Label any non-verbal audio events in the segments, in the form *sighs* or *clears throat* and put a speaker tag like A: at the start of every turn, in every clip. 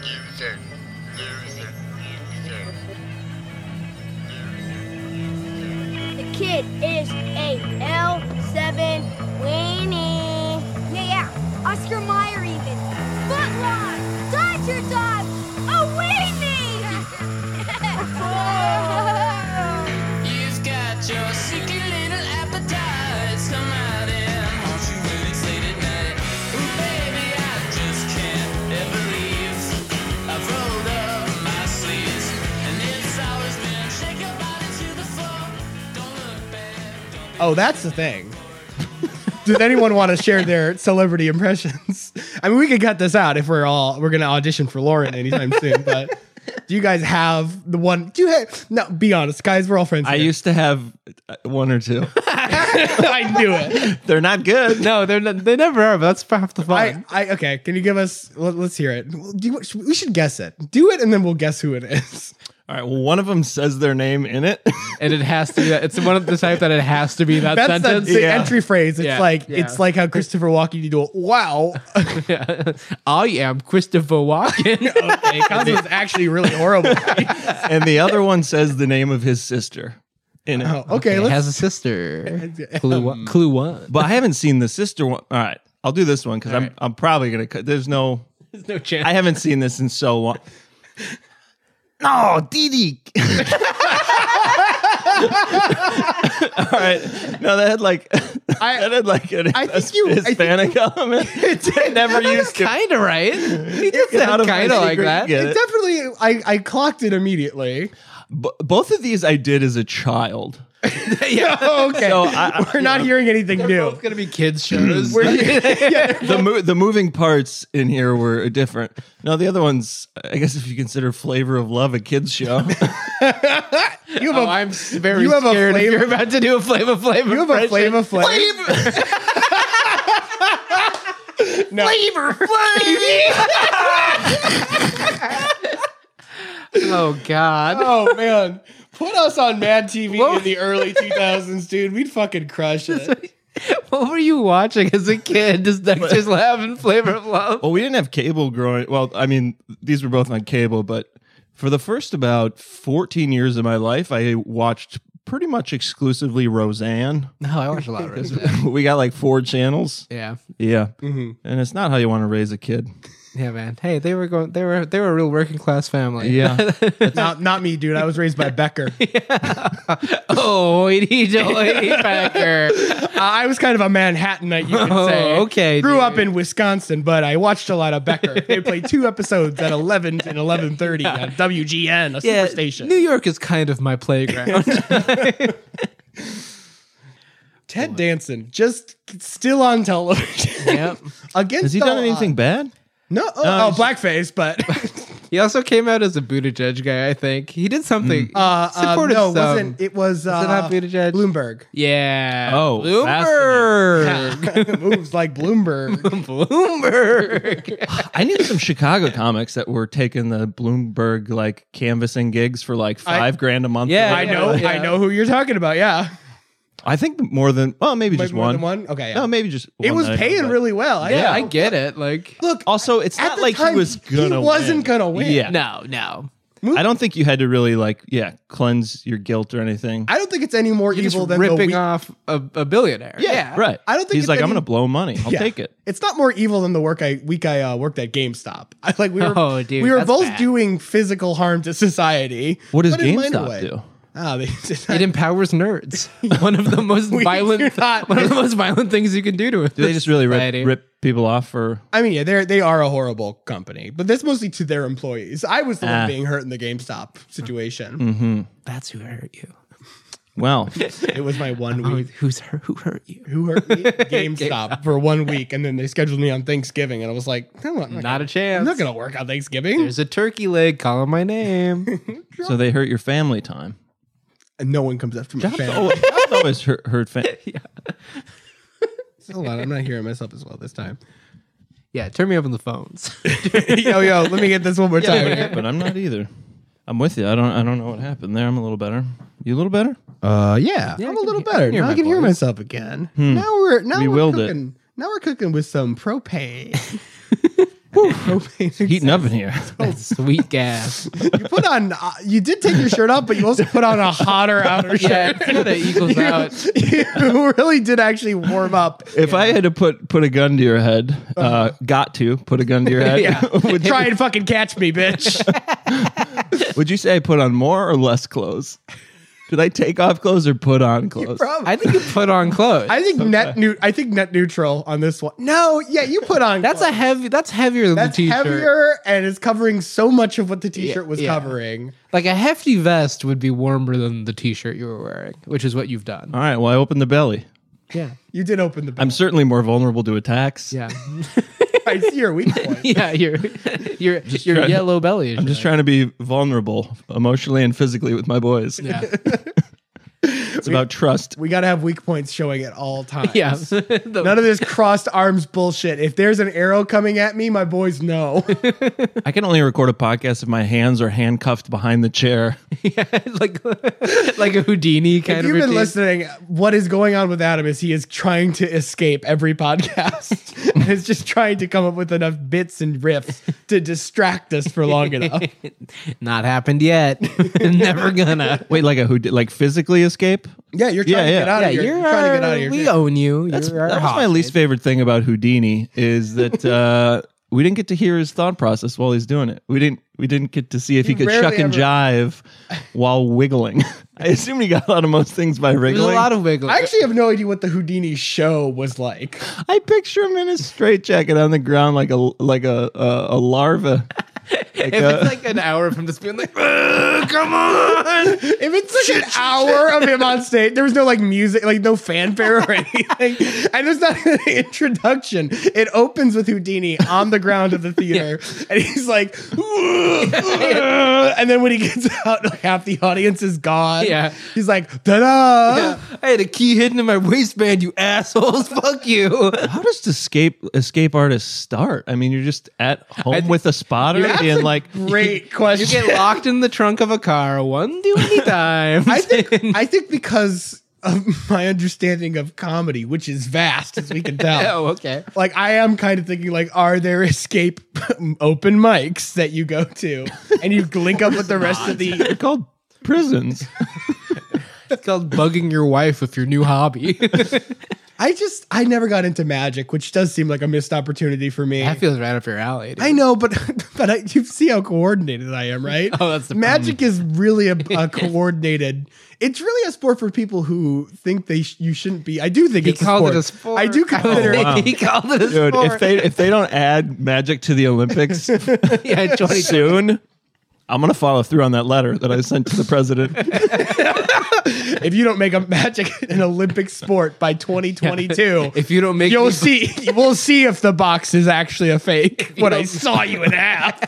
A: Loser. Loser. Loser.
B: The kid is a L7 Winnie. Yeah, yeah. Oscar Meyer even. Footlong. Dodger Dog. A *laughs* weenie.
C: You've got your secret little appetite. Come out and haunt you when it's late at night. Ooh, baby, I just can't ever leave. I've rolled up my sleeves, and it's always been shake your body to the floor. Don't look back. Don't be
D: Oh, that's the thing. *laughs* Did anyone want to share their celebrity impressions? *laughs* I mean, we could cut this out if we're all we're gonna audition for Lauren anytime soon. But do you guys have the one? Do you have? No, be honest, guys. We're all friends.
E: I
D: here.
E: used to have uh, one
D: *laughs*
E: or two.
D: I knew it.
E: they're not good. No, they're not, they never are. But that's half the
D: I,
E: fun.
D: I okay. Can you give us? Let, us hear it. Do you, we should guess it. Do it, and then we'll guess who it is.
E: All right. Well, one of them says their name in it. *laughs*
F: and it has to be that. It's one of the type that it has to be that
D: That's
F: sentence.
D: the, the
E: Yeah.
D: entry phrase. It's
F: Yeah.
D: like
F: Yeah.
D: it's like how Christopher Walken you do it. Wow,
F: Yeah. *laughs* I am Christopher Walken.
D: *laughs* okay, Cosmo's actually really horrible.
E: and the other one says the name of his sister in it.
D: Oh, okay, let's *laughs*
F: has a sister. Clue, one- clue one.
E: But I haven't seen the sister one. All right. I'll do this one because I'm, I'm probably going to cut. There's no,
F: There's no chance.
E: I haven't seen this in so long. No, *laughs* Didi. All right. No, that had like, *laughs*
D: I-
E: that had like an
D: I think you- I think- *laughs*
E: Hispanic element. It never used to.
F: kind of right. He did
E: It's out
F: sound
E: of
F: kind
E: my
F: of like
E: secret-
F: that.
E: Yeah.
D: It definitely, I, I clocked it
F: *laughs*
D: immediately.
E: B- both of these I did as a child.
D: Yeah. okay.
E: So I- I-
D: We're not hearing anything new.
F: It's gonna be kids shows.
D: We're-
F: *laughs*
D: yeah,
E: The mo- the moving parts in here were different. No, the other ones, I guess, if you consider Flavor of Love a kids show,
D: you have
F: Oh,
D: a,
F: I'm s- very
D: you have a
F: scared. if
D: flavor-
F: you're about to do a flavor flavor.
D: you have a
F: impression.
D: flavor flavor. no.
F: *laughs* Oh God.
D: Oh man, put us on Mad TV
F: What-
D: in the early 2000s, dude. We'd fucking crush it.
F: *laughs* What were you watching as a kid? Does Dexter's Lab and Flavor of Love?
E: well, we didn't have cable growing. Well, I mean, these were both on cable, but for the first about fourteen years of my life, I watched pretty much exclusively Roseanne. *laughs*
F: No, I watch a lot of Riz.
E: we got like four channels.
F: Yeah,
E: Yeah, and it's not how you want to raise a kid.
F: yeah, man. Hey, they were going. They were they were a real working class family.
E: Yeah,
D: not not me, dude. I was raised by
F: *laughs*
D: Becker.
F: oh, hoity *laughs* toity Becker.
D: I was kind of a Manhattanite, you could
F: Oh,
D: say.
F: okay,
D: Grew
F: dude.
D: up in Wisconsin, but I watched a lot of
F: *laughs*
D: Becker. they played two episodes at 11 and 11:30 on WGN, a
F: Yeah,
D: superstation.
F: New York is kind of my playground.
D: Ted Danson just still on television
F: *laughs* yep.
D: against.
E: has he
D: the
E: done
D: odds.
E: anything bad?
D: No, oh, oh, blackface, but
F: He also came out as a Buttigieg guy. I think he did something.
D: *laughs* uh, uh,
F: supported
D: no, it
F: some.
D: wasn't it was uh,
F: it not
D: *laughs*
F: Buttigieg?
D: Bloomberg
F: Yeah.
E: Oh,
D: *laughs*
F: Bloomberg.
D: moves like
F: *laughs*
D: Bloomberg.
F: Bloomberg.
E: I knew some Chicago comics that were taking the Bloomberg like canvassing gigs for like five grand a month.
F: Yeah,
D: I know,
F: yeah.
D: I know who you're talking about. Yeah,
E: I think more than well, maybe
D: Like
E: just
D: more
E: one.
D: than one. Okay, yeah.
E: No, maybe just.
D: it
E: one
D: was
E: that I know,
D: paying
E: but-
D: really well. I-
F: Yeah, I get it. Like,
D: Look,
E: Also, it's
D: at
E: not
D: the
E: like
D: time,
E: he was gonna.
D: He wasn't
E: win.
D: gonna win.
E: Yeah,
F: no, no.
E: I don't think you had to really like yeah cleanse your guilt or anything.
D: I don't think it's any more
F: You're
D: evil
F: just
D: than the
F: ripping
D: weak-
F: off a, a billionaire. Yeah.
E: right.
D: I don't think
E: he's
D: it's
E: like I'm
D: any-
E: gonna blow money. I'll
D: Yeah.
E: take it.
D: It's not more evil than the work I week I uh, worked at GameStop. *laughs* I, like we were,
F: Oh, dude,
D: we were
F: that's
D: both
F: bad.
D: doing physical harm to society.
E: What does
D: but in minor
E: GameStop
D: way.
E: do?
D: Ah, they, *laughs*
F: It empowers nerds. One of the most
D: We do
F: violent,
D: not-
F: one of the most violent things you can do to it.
E: Do they just really rip,
F: Society.
E: rip people off or?
D: I mean, yeah, they they are a horrible company, but that's mostly to their employees. I was the
E: Ah. Mm.
D: one being hurt in the GameStop situation.
F: That's who hurt you.
D: *laughs*
E: Well,
D: It was my *laughs* one
F: Oh,
D: week.
F: who's hurt, who hurt you?
D: Who *laughs* hurt me? GameStop, for one week, and then they scheduled me on Thanksgiving, and I was like, I'm not, I'm
F: Not a chance.
D: not gonna work on Thanksgiving.
F: There's a turkey leg calling my name. *laughs*
E: so they hurt your family time.
D: and no one comes after my family.
E: Oh, I've always hurt, hurt fam-
D: Hold on, I'm not hearing myself as well this time.
F: yeah, turn me up on the phones. *laughs*
D: yo, yo, let
E: *laughs*
D: me get this one more time.
E: but I'm not either. I'm with you. I don't. I don't know what happened there. I'm a little better. You a little better?
D: Uh, yeah,
F: I
D: I'm a
F: can
D: little
F: hear- I
D: better.
F: can hear
D: now I
F: my
D: can hear
F: voice.
D: myself again. Now we're now
E: Hmm. We
D: we are
E: willed it. *laughs*
D: cooking. Now we're cooking with some propane. *laughs* Propane.
E: Heating up in here. *laughs*
F: That's sweet gas.
D: You put on. Uh, you did take your shirt off, but you also put on a hotter outer
F: yeah,
D: shirt.
F: it's kind of equals out.
D: *laughs* you really did actually warm up.
E: If I had to put put a gun to your head, uh, got to put a gun to your head.
F: Uh-huh.
D: *laughs*
F: Yeah.
E: would,
D: Try and fucking catch me, bitch.
E: *laughs* would you say I put on more or less clothes? Should I take off clothes or put on clothes?
F: *laughs* I think you put on clothes.
D: I think net new. I think net neutral on this one. No, yeah, you put on.
F: that's a
D: clothes.
F: heavy. That's heavier than
D: That's
F: the t-shirt.
D: heavier, and it's covering so much of what the t-shirt was
F: yeah.
D: covering.
F: Like a hefty vest would be warmer than the t-shirt you were wearing, which is what you've done.
E: All right. Well, I opened the belly.
F: Yeah,
D: You did open the.
E: I'm certainly more vulnerable to attacks.
F: yeah,
D: *laughs*
F: *laughs*
D: I see your weak point.
F: yeah. Your your your
E: trying-
F: yellow belly. Is
E: I'm just trying to be vulnerable emotionally and physically with my boys.
F: Yeah,
E: It's about trust.
D: We got to have weak points showing at all times.
F: yeah. *laughs* The-
D: None of this crossed arms bullshit. If there's an arrow coming at me, my boys know. *laughs*
E: I can only record a podcast if my hands are handcuffed behind the
F: *laughs*
E: chair.
F: yeah, like *laughs* like a Houdini kind
D: if
F: of
D: you've been
F: routine.
D: listening, what is going on with Adam is he is trying to escape every podcast *laughs* and is just trying to come up with enough bits and riffs to distract us for *laughs* long enough.
F: Not happened yet. *laughs* Never gonna.
E: Wait, like a who? Like physically escape?
D: Yeah, you're trying
E: Yeah,
D: to
E: yeah.
D: get out
F: Yeah,
D: of here.
F: you're,
D: You're trying to get
F: our-
D: out of here.
F: We own you.
E: That's,
F: You're uh, our
E: that was my least
F: hostage.
E: favorite thing about Houdini is *laughs* that uh, we didn't get to hear his thought process while he's doing it. We didn't. We didn't get to see if he, could
D: rarely
E: chuck and jive while wiggling. *laughs* I assume he got out of most things by
F: There's a
E: wriggling.
F: lot of wiggle.
D: I actually have no idea what the Houdini show was like.
E: I picture him in a straitjacket on the ground like a like a a, a *laughs* larva. Like
F: if
E: a-
F: it's like an hour from just being *laughs* like, "Ugh, come on.
D: If it's like an hour of him on stage, there was no like music, like no fanfare or *laughs* anything. And there's not even an introduction. It opens with Houdini on the ground of the theater. And he's like, *laughs* and then when he gets out, like, half the audience is gone.
F: Yeah.
D: He's like, ta da.
F: I had a key hidden in my waistband, you assholes. *laughs* Fuck you.
E: How does escape escape artists start? I mean, you're just at home with a spotter
D: That's
E: and
D: a
E: *laughs* like
F: *laughs*
D: Great question.
F: You get locked in the trunk of a car one too many times.
D: I
F: *laughs*
D: think I think because of my understanding of comedy, which is vast as we can
F: *laughs*
D: tell.
F: oh, okay.
D: Like I am kind of thinking, like, are there escape *laughs* open mics that you go to and you link up with the rest of the?
F: *laughs*
E: they're called prisons.
F: It's called bugging your wife with your new hobby.
D: I just I never got into magic, which does seem like a missed opportunity for me. I,
F: that feels right up your alley. dude.
D: know, but *laughs* but I, you see how coordinated I am, right?
F: *laughs* Oh, that's the
D: magic is really a,
F: *laughs*
D: a coordinated. It's really a sport for people who think they sh- you shouldn't be. I do think
F: he
D: it's a
F: called
D: sport.
F: it a sport. Oh,
D: I
F: *laughs*
D: do consider it
F: He called it a
E: Dude,
F: sport.
E: if they if they don't add magic to the *laughs* Olympics
F: *laughs*
E: *laughs*
F: yeah, 20,
E: soon, I'm gonna follow through on that letter that I sent to the president.
D: if you don't make a *laughs* magic an Olympic sport by
F: *laughs*
D: 2022,
F: if you don't
D: *laughs*
F: make
D: you'll
F: me-
D: see. We'll see if the box is actually a fake. When I saw you in half.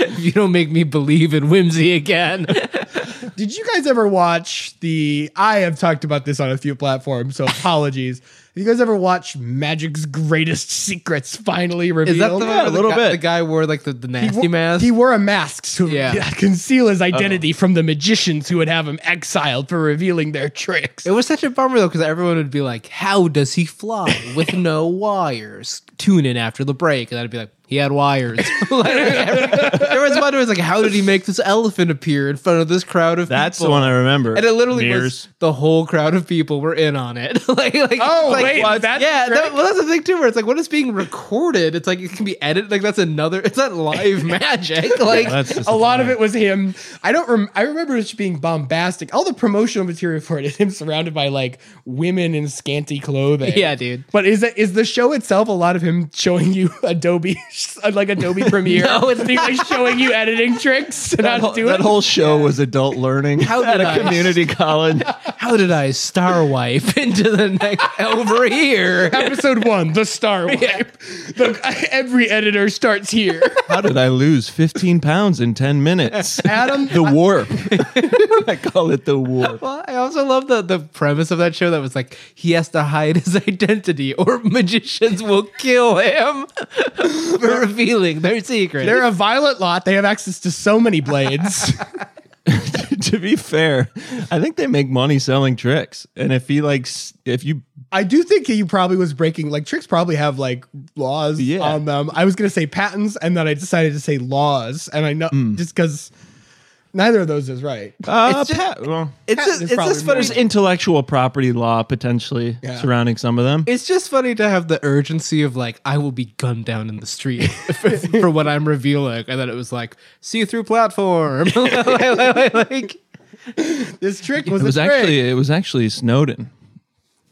F: if you don't make me believe in whimsy again.
D: *laughs* Did you guys ever watch the? I have talked about this on a few platforms, so apologies. *laughs* Have you guys ever watch Magic's Greatest Secrets finally revealed?
F: Is that the one
E: Yeah,
F: where
E: a
F: the
E: little
F: guy,
E: bit.
F: The guy wore like the, the
D: He wo-
F: nasty mask.
D: He wore a mask to
F: Yeah.
D: *laughs* conceal his identity from the magicians who would have him exiled for revealing their tricks.
F: it was such a bummer though, because everyone would be like, "How does he fly *laughs* with no wires?" Tune in after the break, and I'd be like, "He had wires." *laughs* Like, every- there was one who was like, "How did he make this elephant appear in front of this crowd of
E: That's
F: people?"
E: the one I remember.
F: And it literally
E: Mirrors.
F: was the whole crowd of people were in on it. *laughs* like, like,
D: Oh,
F: like,
D: wait,
F: what?
D: that's
F: yeah.
D: great.
F: That, well, that's the thing too, where it's like, what is being recorded? It's like it can be edited. Like that's another. It's not live *laughs* magic. Like
E: That's just
D: a lot of it was him. I don't. Rem- I remember it just being bombastic. All the promotional material for it *laughs* is him surrounded by like women in scanty clothing.
F: Yeah, dude.
D: But is it is the show itself a lot of him showing you *laughs* Adobe like Adobe Premiere?
F: No, it's
D: Is he, like showing you editing tricks and how
E: That whole,
D: to do
E: that
D: it.
E: whole show was adult learning
F: How
E: at
F: did
E: a
F: I-
E: community college.
F: how did I star wipe *laughs* into the next over here?
D: *laughs* Episode one, the star wipe. The, *laughs* every editor starts here.
E: How did I lose 15 pounds in 10 minutes?
D: Adam,
E: The warp. I call it the warp. *laughs*
F: Well, I also love the, the premise of that show that was like he has to hide his *laughs* identity or magicians will kill him *laughs* for revealing their secret.
D: they're a violent lot. They have access to so many blades.
E: to be fair, I think they make money selling tricks. And if he like s- if you
D: I do think he probably was breaking like tricks probably have like laws
E: Yeah.
D: on them. I was gonna say patents, and then I decided to say laws, and I know just because neither of those is right.
E: Uh,
F: It's just-
E: Pat- well,
F: It's
D: Patton
F: just,
D: is
F: it's
D: probably
F: just
D: more-
F: funny.
E: there's intellectual property law potentially
D: Yeah.
E: surrounding some of them.
F: It's just funny to have the urgency of like I will be gunned down in the street *laughs* for, for what I'm revealing, and then it was like see through platform. *laughs* like,
D: This trick was,
E: It was actually it was actually Snowden.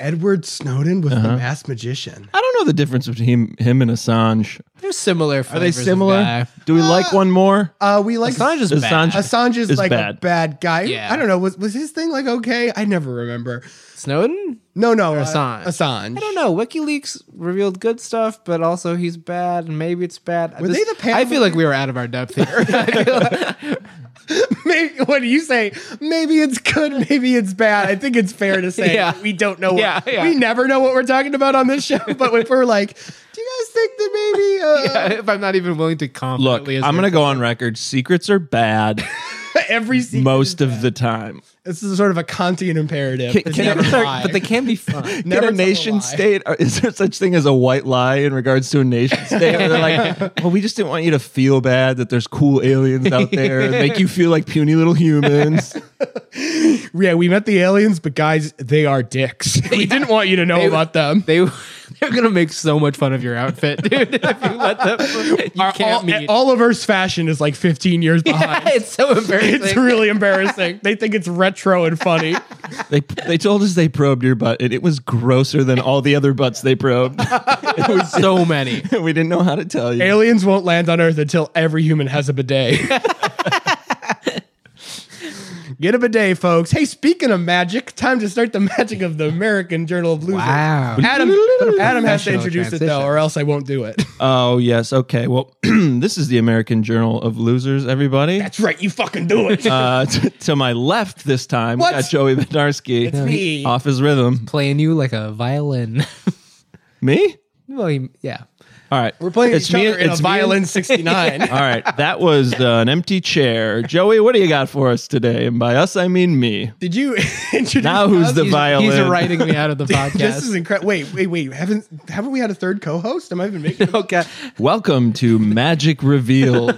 D: Edward Snowden was the mass magician.
E: I don't know the difference between him and Assange.
F: they're similar.
E: Are they similar? Do we like one more?
D: Uh, we like
F: Assange is
E: Assange-
F: bad.
D: Assange is
E: is
D: like a
E: bad.
D: bad guy.
F: Yeah.
D: I don't know. Was was his thing like okay? I never remember.
F: Snowden.
D: No, no, uh,
F: Assange.
D: Assange.
F: I don't know. WikiLeaks revealed good stuff, but also he's bad, and maybe it's bad.
D: Were they the Panama-
F: I feel like we were out of our depth here. *laughs* I feel like-
D: Maybe, *laughs* what do you say? Maybe it's good, maybe it's bad. I think it's fair
F: *laughs*
D: to say
F: Yeah.
D: we don't know. What,
F: Yeah, yeah.
D: We never know what we're talking about on this show. But if we're like, *laughs* do you guys think that maybe
E: *laughs*
D: uh,
F: if I'm not even willing to
E: Look,
F: confidently,
E: I'm gonna go on record. Secrets
D: *laughs*
E: are bad
D: every secret is
E: most of
D: bad?
E: the time.
D: this is sort of a Kantian imperative.
E: Can-
D: to
E: can I-
D: never lie.
F: but they
D: *laughs*
F: can be fun.
E: Can
D: Never
E: a
D: tell a lie.
E: nation state? or Is there such thing as a white lie in regards to a *laughs* nation state? Where they're like, well, we just didn't want you to feel bad that there's cool aliens *laughs* out there and make you feel like puny little *laughs* humans.
D: yeah, we met the aliens, but guys, they are dicks. *laughs* we didn't want you to know
F: They-
D: about them.
F: They they're gonna make so much fun of your outfit, dude. *laughs* if you
D: *laughs*
F: let them, you
D: Our-
F: can't
D: all,
F: meet.
D: Oliver's fashion is like 15
F: *laughs*
D: years behind.
F: it's so embarrassing.
D: *laughs* It's really embarrassing. they think it's retro and funny.
F: *laughs*
E: They they told us they probed your butt, and it was grosser than all the other butts they
D: *laughs*
E: probed.
F: There
E: *laughs*
F: were so many.
E: we didn't know how to tell you.
D: Aliens won't land on Earth until every human has a bidet. *laughs* Get a bidet, folks. Hey, speaking of magic, time to start the magic of the American Journal of Losers.
F: Wow.
E: *laughs*
D: Adam, Adam has to
F: professional
D: introduce it, though,
F: transition.
D: or else I won't do it.
E: Oh yes, okay. Well, *clears throat* this is the American Journal of Losers. Everybody,
D: *laughs* That's right. You fucking do it.
E: uh, *laughs* t- to my left this time,
D: What?
E: we got Joey Benarski.
D: It's me.
E: Off his rhythm.
F: Playing you like a violin. *laughs*
E: Me?
F: well, he- yeah.
E: All right.
D: We're playing
E: It's
D: each
E: me
D: other in a
E: it's me and-
D: violin 69.
E: *laughs* All right. That was uh, an empty chair. Joey, what do you got for us today? And by us, I mean me.
D: Did you *laughs* introduce
E: Now who's
D: us?
E: the
F: He's,
E: violin?
F: he's writing me
D: *laughs*
F: out of the podcast.
D: This is incredible. Wait, wait, wait. Haven't haven't we had a third co-host? Am I even
E: *laughs*
D: making?
F: okay.
E: Welcome to Magic Revealed.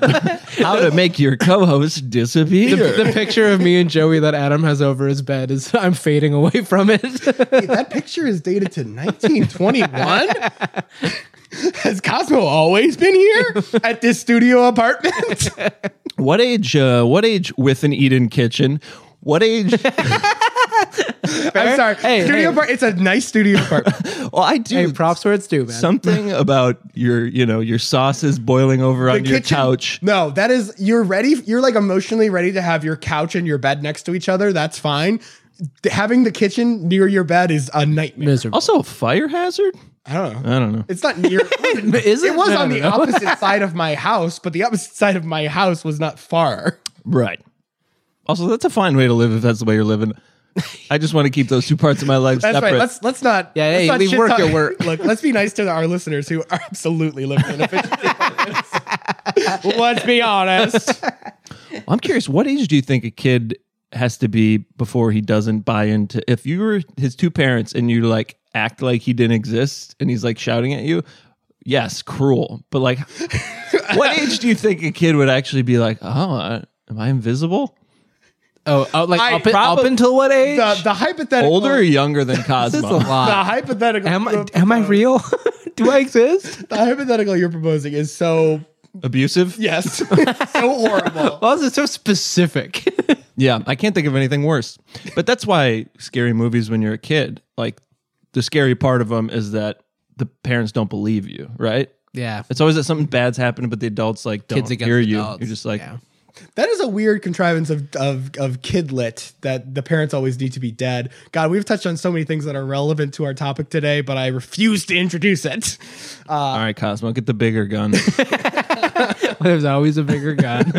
E: How to make your co-host disappear.
F: *laughs* The picture of me and Joey that Adam has over his bed is I'm fading away from it. *laughs*
D: Wait, that picture is dated to 1921. Has Cosmo always been here *laughs* at this studio apartment?
E: what age? Uh, what age with an Eden kitchen? What age?
D: I'm sorry.
F: Hey,
D: studio
F: hey.
D: apart- It's a nice studio apartment.
E: well, I do.
F: hey, props where it's due, man.
E: Something about your, you know, your sauces boiling over on your couch.
D: No, that is you're ready. You're like emotionally ready to have your couch and your bed next to each other. That's fine. Th- Having the kitchen near your bed is a nightmare.
F: Miserable.
E: Also, a fire hazard.
D: I don't know.
E: I don't know.
D: It's not near. *laughs*
F: Is
D: It was
F: No,
D: on
F: no,
D: the
F: no.
D: opposite side of my house, but the opposite side of my house was not far.
E: Right. Also, that's a fine way to live if that's the way you're living. I just want to keep those two parts of my life
D: That's
E: separate.
D: right. Let's let's not.
F: Yeah,
D: let's
F: hey,
D: not
F: leave
D: shit
F: work
D: talk-
F: at
D: *laughs*
F: work.
D: Look, let's be nice to our listeners who are absolutely living in efficiency. apartments. let's be honest.
E: I'm curious, what age do you think a kid has to be before he doesn't buy into? If you were his two parents and you like act like he didn't exist and he's like shouting at you, yes, cruel. But
F: *laughs*
E: like, what age do you think a kid would actually be like, oh, uh, am I invisible?
F: Oh, oh, like
D: I
F: up, in-
D: probab-
F: up until what
D: *laughs*
F: age?
D: The, the hypothetical.
E: Older or younger than
F: *laughs* this is a
E: Cosmo?
D: The *laughs*
F: lot.
D: hypothetical.
F: Am
D: you're
F: I, am I real? *laughs* Do I exist?
D: The hypothetical you're proposing is so
E: Abusive?
D: yes, *laughs* so horrible.
F: Well, it's Oh, so specific.
E: Yeah, I can't think of anything worse. But that's why scary movies when you're a kid, like the scary part of them is that the parents don't believe you, right?
F: *laughs* yeah.
E: It's always that something bad's happening, but the adults like don't
F: Kids against
E: hear you.
F: adults.
E: You're just like,
F: Yeah.
D: That is a weird contrivance of of of kidlit that the parents always need to be dead. God, we've touched on so many things that are relevant to our topic today, but I refuse to introduce it.
E: all right, Cosmo, get the bigger
F: *laughs*
E: gun.
F: There's always a bigger *laughs* gun.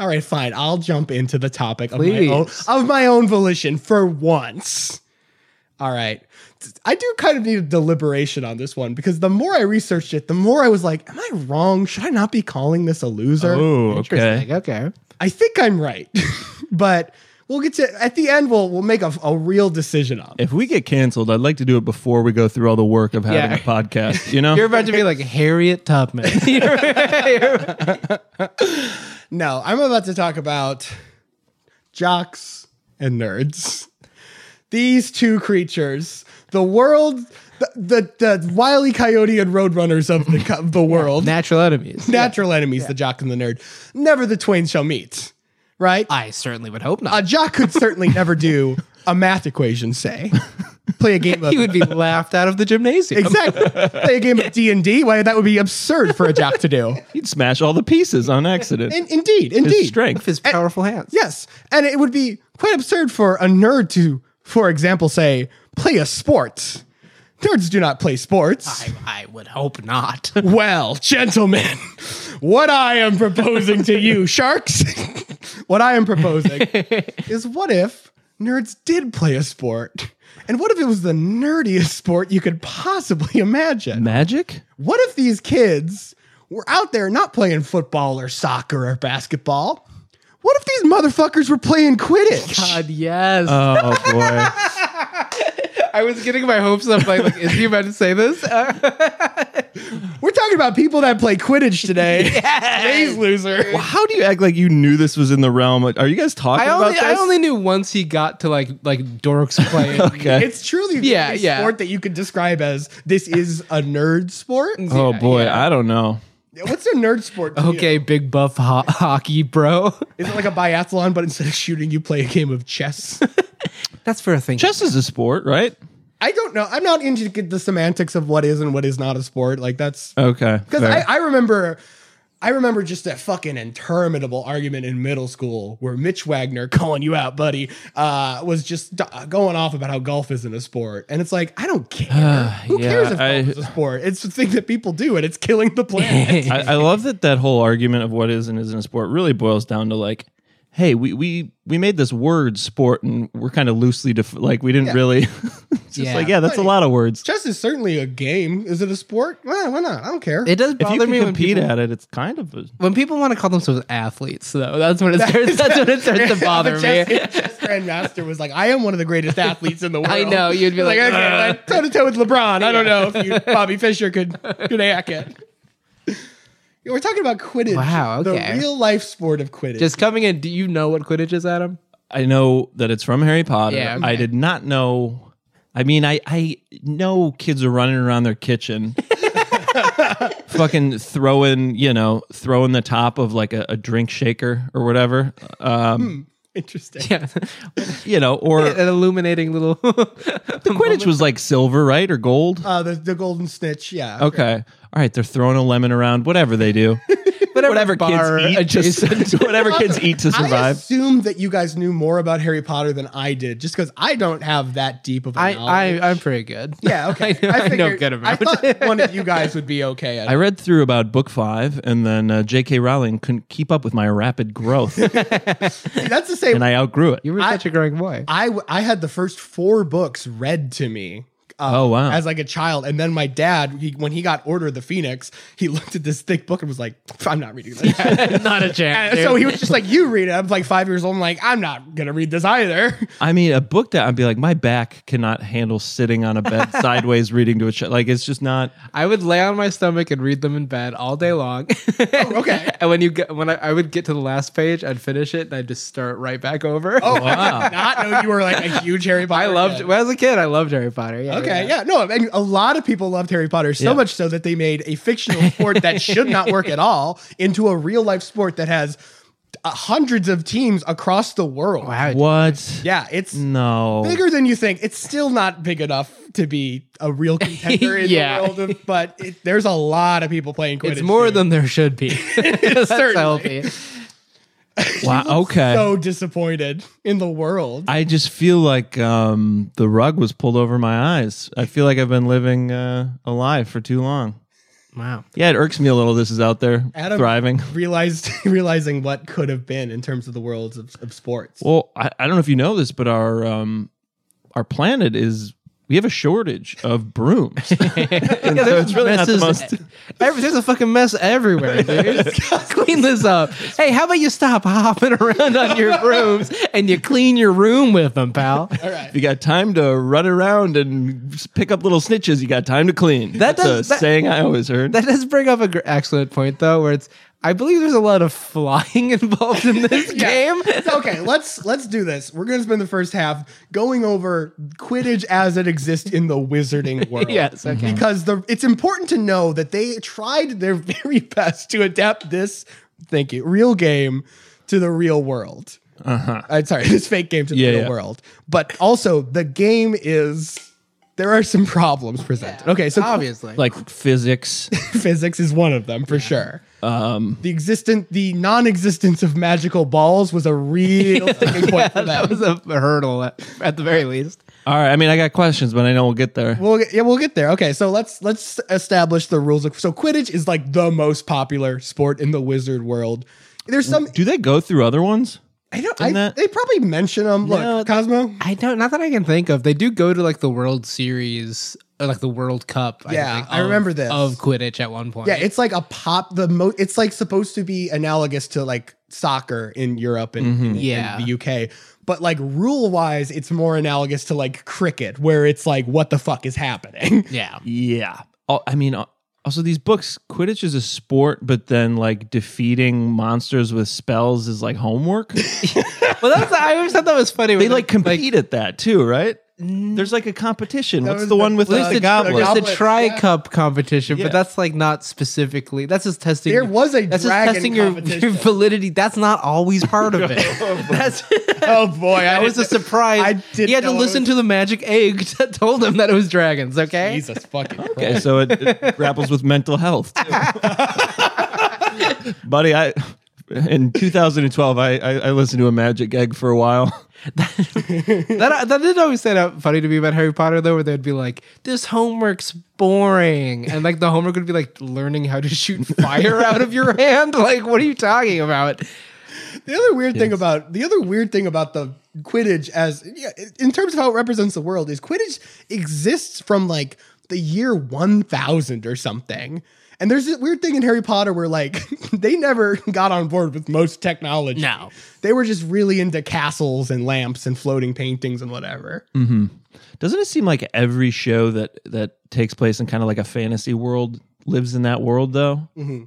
D: All right, fine. I'll jump into the topic of my,
F: Please.
D: own, of my own volition for once. All right. I do kind of need a deliberation on this one because the more I researched it, the more I was like, am I wrong? Should I not be calling this a loser?
E: oh,
F: Interesting.
E: okay.
F: Okay.
D: I think I'm right. *laughs* but We'll get to at the end. We'll we'll make a, a real decision on. it.
E: If we get canceled, I'd like to do it before we go through all the work of having
F: Yeah.
E: a podcast.
F: *laughs*
E: You know,
F: You're about to be like Harriet *laughs* Tubman. You're-
D: No, I'm about to talk about jocks and nerds. These two creatures, the world, the the, the wily coyote and roadrunners of the co- the world,
F: *laughs* Natural enemies.
D: natural enemies, the jock and the nerd. Never the twain shall meet. Right?
F: I certainly would hope
D: a
F: not.
D: jock could certainly never do a math equation. Say,
F: *laughs*
D: play a game of
F: He would be laughed out of the gymnasium.
D: exactly play a game of D and D. Why that would be absurd for a jock to do.
E: you'd smash all the pieces on accident.
D: In, indeed,
E: His
D: indeed,
F: With
E: strength.
F: his powerful hands.
D: Yes, and it would be quite absurd for a nerd to, for example, say play a sport. Nerds do not play sports.
F: I, I would hope *laughs* not.
D: *laughs* Well, gentlemen, what I am proposing to you, sharks, *laughs* what I am proposing is what if nerds did play a sport? And what if it was the nerdiest sport you could possibly imagine?
F: *laughs*
E: Magic?
D: What if these kids were out there not playing football or soccer or basketball? What if these motherfuckers were playing Quidditch?
F: God, yes.
E: Oh boy.
F: Uh, I was getting my hopes up. Like, like, is he about to say this? *laughs* Uh,
D: We're talking about people that play Quidditch
F: *laughs*
D: today. Today's loser.
E: How do you act like you knew this was in the realm? Like, Are you guys talking
F: I only,
E: about
F: I
E: this?
F: only knew once he got to like like *laughs* dorks playing.
E: okay.
D: It's truly the
F: Yeah,
D: only
F: yeah.
D: sport that you could describe as this is a nerd
F: *laughs*
D: sport.
E: oh
F: yeah,
E: boy,
F: yeah.
E: I don't know.
D: What's a nerd sport? to you?
F: Okay, big buff ho- hockey, bro.
D: Is it like a biathlon, but instead of shooting, you play a game of
F: *laughs*
D: chess?
F: That's for a thing.
E: Chess is a sport, right?
D: I don't know. I'm not into the semantics of what is and what is not a sport. Like
F: Uh,
D: that's
E: Okay.
D: because
E: fair.
D: I, I remember. I remember just that fucking interminable argument in middle school where Mitch Wagner *laughs* calling you out, buddy, uh, was just d- going off about how golf isn't a sport, and it's like I don't care.
F: Uh,
D: Who
E: yeah,
D: cares if golf
E: I-
D: is a sport? It's a thing that people do, and it's killing the
F: *laughs*
D: planet.
E: I, I love that that whole argument of what is and isn't a sport really boils down to like, hey, we we we made this word sport and we're kind of loosely def- like we didn't really. *laughs* it's just
F: Yeah.
E: like yeah, that's a lot of words.
D: Chess is certainly a game. Is it a sport? Well, why not? I don't care.
F: It does
E: If you
F: bother
E: can
F: me when
E: compete
F: people,
E: at it, it's kind of a,
F: when people want to call themselves athletes, though. That's when it starts. that's when it starts to bother
D: *laughs* the
F: me.
D: chess, chess grandmaster was like, "I am one of the greatest athletes in the world."
F: *laughs* I know, you'd be
D: *laughs*
F: like,
D: okay, like toe to toe with LeBron. I don't know if you, Bobby Fischer could could hack
F: *laughs*
D: it. Yeah, We're talking about Quidditch.
F: Wow,
D: the
F: okay.
D: real life sport of Quidditch.
F: Just coming in. Do you know what Quidditch is, Adam?
E: I know that it's from Harry Potter.
F: Yeah, okay.
E: I did not know. I mean, I I know kids are running around their kitchen, *laughs* fucking throwing you know throwing the top of like a, a drink shaker or whatever, um,
D: Interesting.
F: Yeah,
E: you know,
F: *laughs*
E: or
F: an illuminating little. *laughs*
E: Quidditch was like silver, right, or gold.
D: Uh, the the golden snitch. Yeah.
E: Okay. All right. They're throwing a lemon around, whatever they do. whatever
F: bar
E: kids eat. Just, *laughs*
F: adjacent.
E: whatever kids eat to
D: I
E: survive.
D: assume that you guys knew more about Harry Potter than I did, just because I don't have that deep of a
F: I,
D: knowledge.
F: *laughs* I I'm pretty good.
D: yeah, okay.
F: I know, I know
D: figured-
F: good
D: I
F: amount.
D: thought
F: *laughs*
D: one of you guys would be okay. At
E: I read through about book five, and then uh, J.K. Rowling couldn't keep up with my rapid growth,
D: it. That's the same.
E: and I outgrew it.
F: you were
D: I-
F: such a growing boy.
D: I w- I had the first four books read to me. uh,
E: Oh, wow.
D: As like a child, and then my dad, he, when he got Order of the Phoenix, he *laughs* looked at this thick book and was like, "I'm not reading this." *laughs*
F: Not a chance.
D: And so he was just like, "You read it." I'm like five years old. I'm like, "I'm not gonna read this either."
E: *laughs*
D: *laughs*
E: I mean, a book that I'd be like, my back cannot handle sitting on a bed sideways reading to a child. Like, it's just not.
F: I would lay on my stomach and read them in bed all day long. *laughs*
D: okay.
F: and when you get, when I, I would get to the last page, I'd finish it and I'd just start right back over.
D: *laughs*
F: Oh,
D: I did not know you were like a huge Harry Potter.
F: *laughs* I loved
D: fan.
F: when I was a kid. I loved Harry Potter. Yeah,
D: Okay, yeah, no, and a lot of people loved Harry Potter so
E: Yeah.
D: much so that they made a fictional sport that should not work at all into a real life sport that has uh, hundreds of teams across the world.
F: Wow. Mm.
E: What?
D: Yeah, it's
E: No.
D: bigger than you think. It's still not big enough to be a
F: *laughs*
D: real contender in
F: Yeah.
D: the world, of, but it, there's a lot of people playing Quidditch.
F: It's more
D: dude.
F: than there
E: *laughs*
F: should be. That's
D: Certainly.
F: healthy.
E: Wow. Okay.
D: so disappointed in the world.
E: I just feel like um, the rug was pulled over my eyes. I feel like I've been living uh, alive for too long.
F: Wow.
E: Yeah, it irks me a little. This is out there
D: Adam-
E: thriving.
D: Realized *laughs* realizing what could have been in terms of the worlds of, of sports.
E: Well, I, I don't know if you know this, but our um, our planet is we have a shortage of
F: *laughs*
E: brooms. and so
F: there's
E: it's really not the
F: messes-
E: most.
F: *laughs* Every, there's a fucking mess everywhere, dude.
E: *laughs*
F: clean this up. Hey, how about you stop hopping around on your brooms and you clean your room with them, pal?
E: If you got time to run around and s- pick up little snitches, you got time to clean.
F: That
E: That's
F: does-
E: a
F: that-
E: saying I always heard.
F: That does bring up an gr- excellent point, though, where it's. I believe there's a lot of flying *laughs* involved in this game.
D: *laughs* okay, let's let's do this. We're gonna spend the first half going over Quidditch as it exists in the
F: *laughs*
D: wizarding world.
F: Yes, okay.
E: Mm-hmm.
D: Because the it's important to know that they tried their *laughs* very best to adapt this thank you, real game to the real world. Uh-huh. sorry, *laughs* this fake game to the
E: Yeah,
D: real
E: yeah.
D: world. But also the game is there are some problems presented. Okay, so
F: Obviously.
E: like physics.
D: *laughs* physics is one of them for sure. Um, the existent, the non-existence of magical balls was a
F: *laughs*
D: real sticking point for them.
F: that was a hurdle at, at the very least.
E: *laughs* All right. I mean, I got questions, but I know we'll get there.
D: We'll get, yeah, we'll get there. Okay, so let's let's establish the rules. Of, so Quidditch is like the most popular sport in the wizard world. There's some
E: Do they go through other ones?
D: I don't
E: Isn't
D: I,
E: that-
D: they probably mention them. Look,
F: No,
D: Cosmo.
F: I don't, not that I can think of. They do go to like the World Series or like the World Cup. I
D: Yeah,
F: think,
D: I remember this.
F: of Quidditch at one point.
D: Yeah, it's like a pop. The mo. It's like supposed to be analogous to like soccer in Europe and, and- and
F: Yeah.
D: the UK, but like rule wise, it's more analogous to like cricket, where it's like what the fuck is happening.
F: yeah.
E: Yeah. Oh, I mean, uh, also these books, Quidditch is a sport, but then like defeating monsters with spells is like homework.
F: *laughs* Well, that's I always thought that was funny.
E: they like compete at that too, right? There's like a competition. What's
D: was
E: the
D: the-
E: one with
D: Well,
E: like,
F: there's
D: uh,
E: the, goblet?
F: the, there's the
D: Goblet,
F: tri
D: yeah.
F: cup competition,
E: Yeah.
F: but that's like not specifically. That's just testing.
D: There was a
F: that's just
D: dragon
F: testing your, *laughs* your
D: competition.
F: validity. That's not always
D: *laughs*
F: part of it. that's
D: oh boy,
F: that was a surprise.
D: I didn't
F: He had to
D: know it
F: listen
D: was-
F: to the magic egg *laughs* that told him that it was dragons.
D: *laughs*
F: Okay,
D: Jesus fucking.
E: Okay, so
D: *laughs*
E: it, it grapples with mental health, too. buddy. I in 2012, I, I I listened to a Magic Egg for a while. *laughs*
F: that that did always sound out funny to me about Harry Potter though, where they'd be like, "This homework's boring," and like the homework would be like learning how to *laughs* shoot fire out of your hand. Like, what are you talking about?
D: The other weird thing about the other weird thing about the Quidditch as yeah, in terms of how it represents the world is Quidditch exists from like the year 1000 or something. And there's this weird thing in Harry Potter where like *laughs* they never got on board with most technology.
F: No.
D: They were just really into castles and lamps and floating paintings and whatever.
E: Doesn't it seem like every show that that takes place in kind of like a fantasy world lives in that world though?
D: Mm-hmm.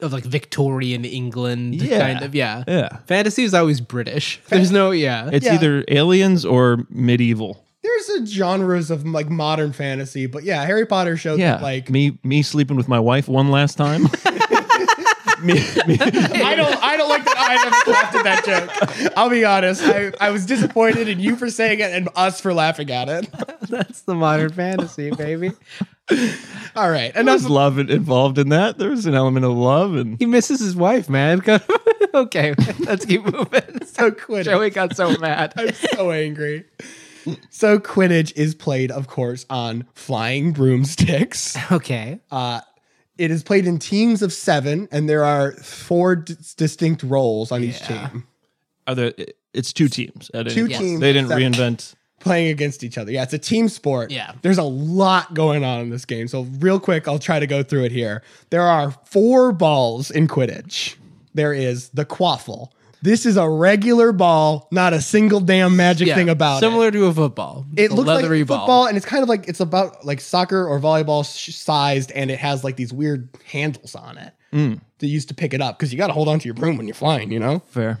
F: Of like Victorian England,
E: Yeah.
F: kind of, yeah,
E: Yeah.
F: Fantasy is always *laughs* British. There's no, yeah,
E: It's
D: Yeah.
E: either aliens or medieval.
D: There's a genres of like modern fantasy, but yeah, Harry Potter showed
E: Yeah,
D: that like
E: me me sleeping with my wife one
D: *laughs*
E: last time. me, me-
D: I don't. I don't like that. I never laughed at that joke. I'll be honest. I, I was disappointed in you for saying it and us for laughing at it.
F: that's the modern *laughs* fantasy, baby.
D: All right.
E: there
D: Enough.
E: was love in- involved in that. There was an element of love, and
F: He misses his wife, man. *laughs* okay, let's keep moving. *laughs*
D: So Quidditch.
F: Joey got so *laughs* mad.
D: I'm so angry. So Quidditch is played, of course, on flying broomsticks.
F: Okay,
D: Uh, it is played in teams of seven, and there are four d- distinct roles on each team,
E: are there? It's two teams. At any
D: Two
E: point.
D: teams,
E: They didn't
D: seven.
E: reinvent.
D: playing against each other. Yeah, it's a team sport.
F: Yeah.
D: there's a lot going on in this game. So real quick, I'll try to go through it here. There are four balls in Quidditch. There is the quaffle. This is a regular ball, not a single damn magic
F: yeah,
D: thing about it.
F: similar to a football.
D: It
F: A
D: looks like
F: leathery
D: football, and it's kind of like it's about like soccer or volleyball sh- sized, and it has like these weird handles on it that used to pick it up because you got to hold onto your broom when you're flying, you know.
E: Fair.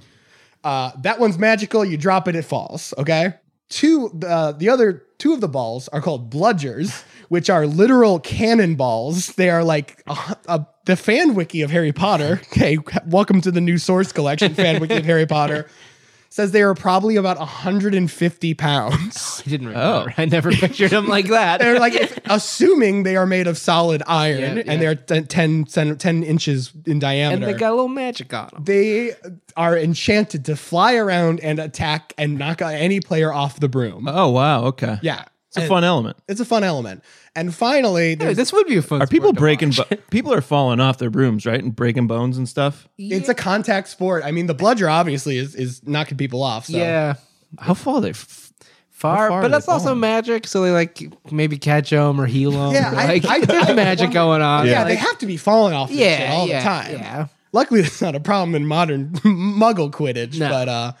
D: Uh, that one's magical. You drop it, it falls. Okay. Two, uh, the other two of the balls are called bludgers, *laughs* which are literal cannonballs. They are like uh, uh, the fan wiki of Harry Potter. *laughs* Hey, welcome to the new source collection fan wiki of Harry Potter. Says they are probably about 150 pounds.
F: I didn't remember. *laughs* I never pictured him like *laughs* that.
D: they're like if, assuming they are made of solid iron
F: Yeah, yeah.
D: and they're t- 10, cent- 10 inches in
F: and
D: diameter.
F: they got a little magic on them.
D: they are enchanted to fly around and attack and knock out any player off the broom.
F: Uh,
E: Oh wow. Okay.
D: yeah.
E: It's a fun element.
D: It's a fun element. And finally, there's,
F: this would be a fun.
E: Are people breaking? Bo-
D: *laughs*
E: people are falling off their brooms, right, and breaking bones and stuff.
D: it's a contact sport. I mean, the bludger obviously is, is knocking people off. So.
F: yeah,
E: How far are they? F-
F: far,
D: far are
F: but that's
D: they
F: also
D: falling?
F: magic. So they like maybe catch him or heal him.
D: Yeah, I-
F: like,
D: I- I-
F: *laughs* there's
D: I
F: magic
D: wonder-
F: going on.
D: yeah, they
F: Like,
D: have to be falling off this
F: Yeah,
D: shit all
F: yeah,
D: the time.
F: yeah.
D: Luckily, *laughs* that's not a problem in modern *laughs* Muggle Quidditch.
F: No.
D: But uh,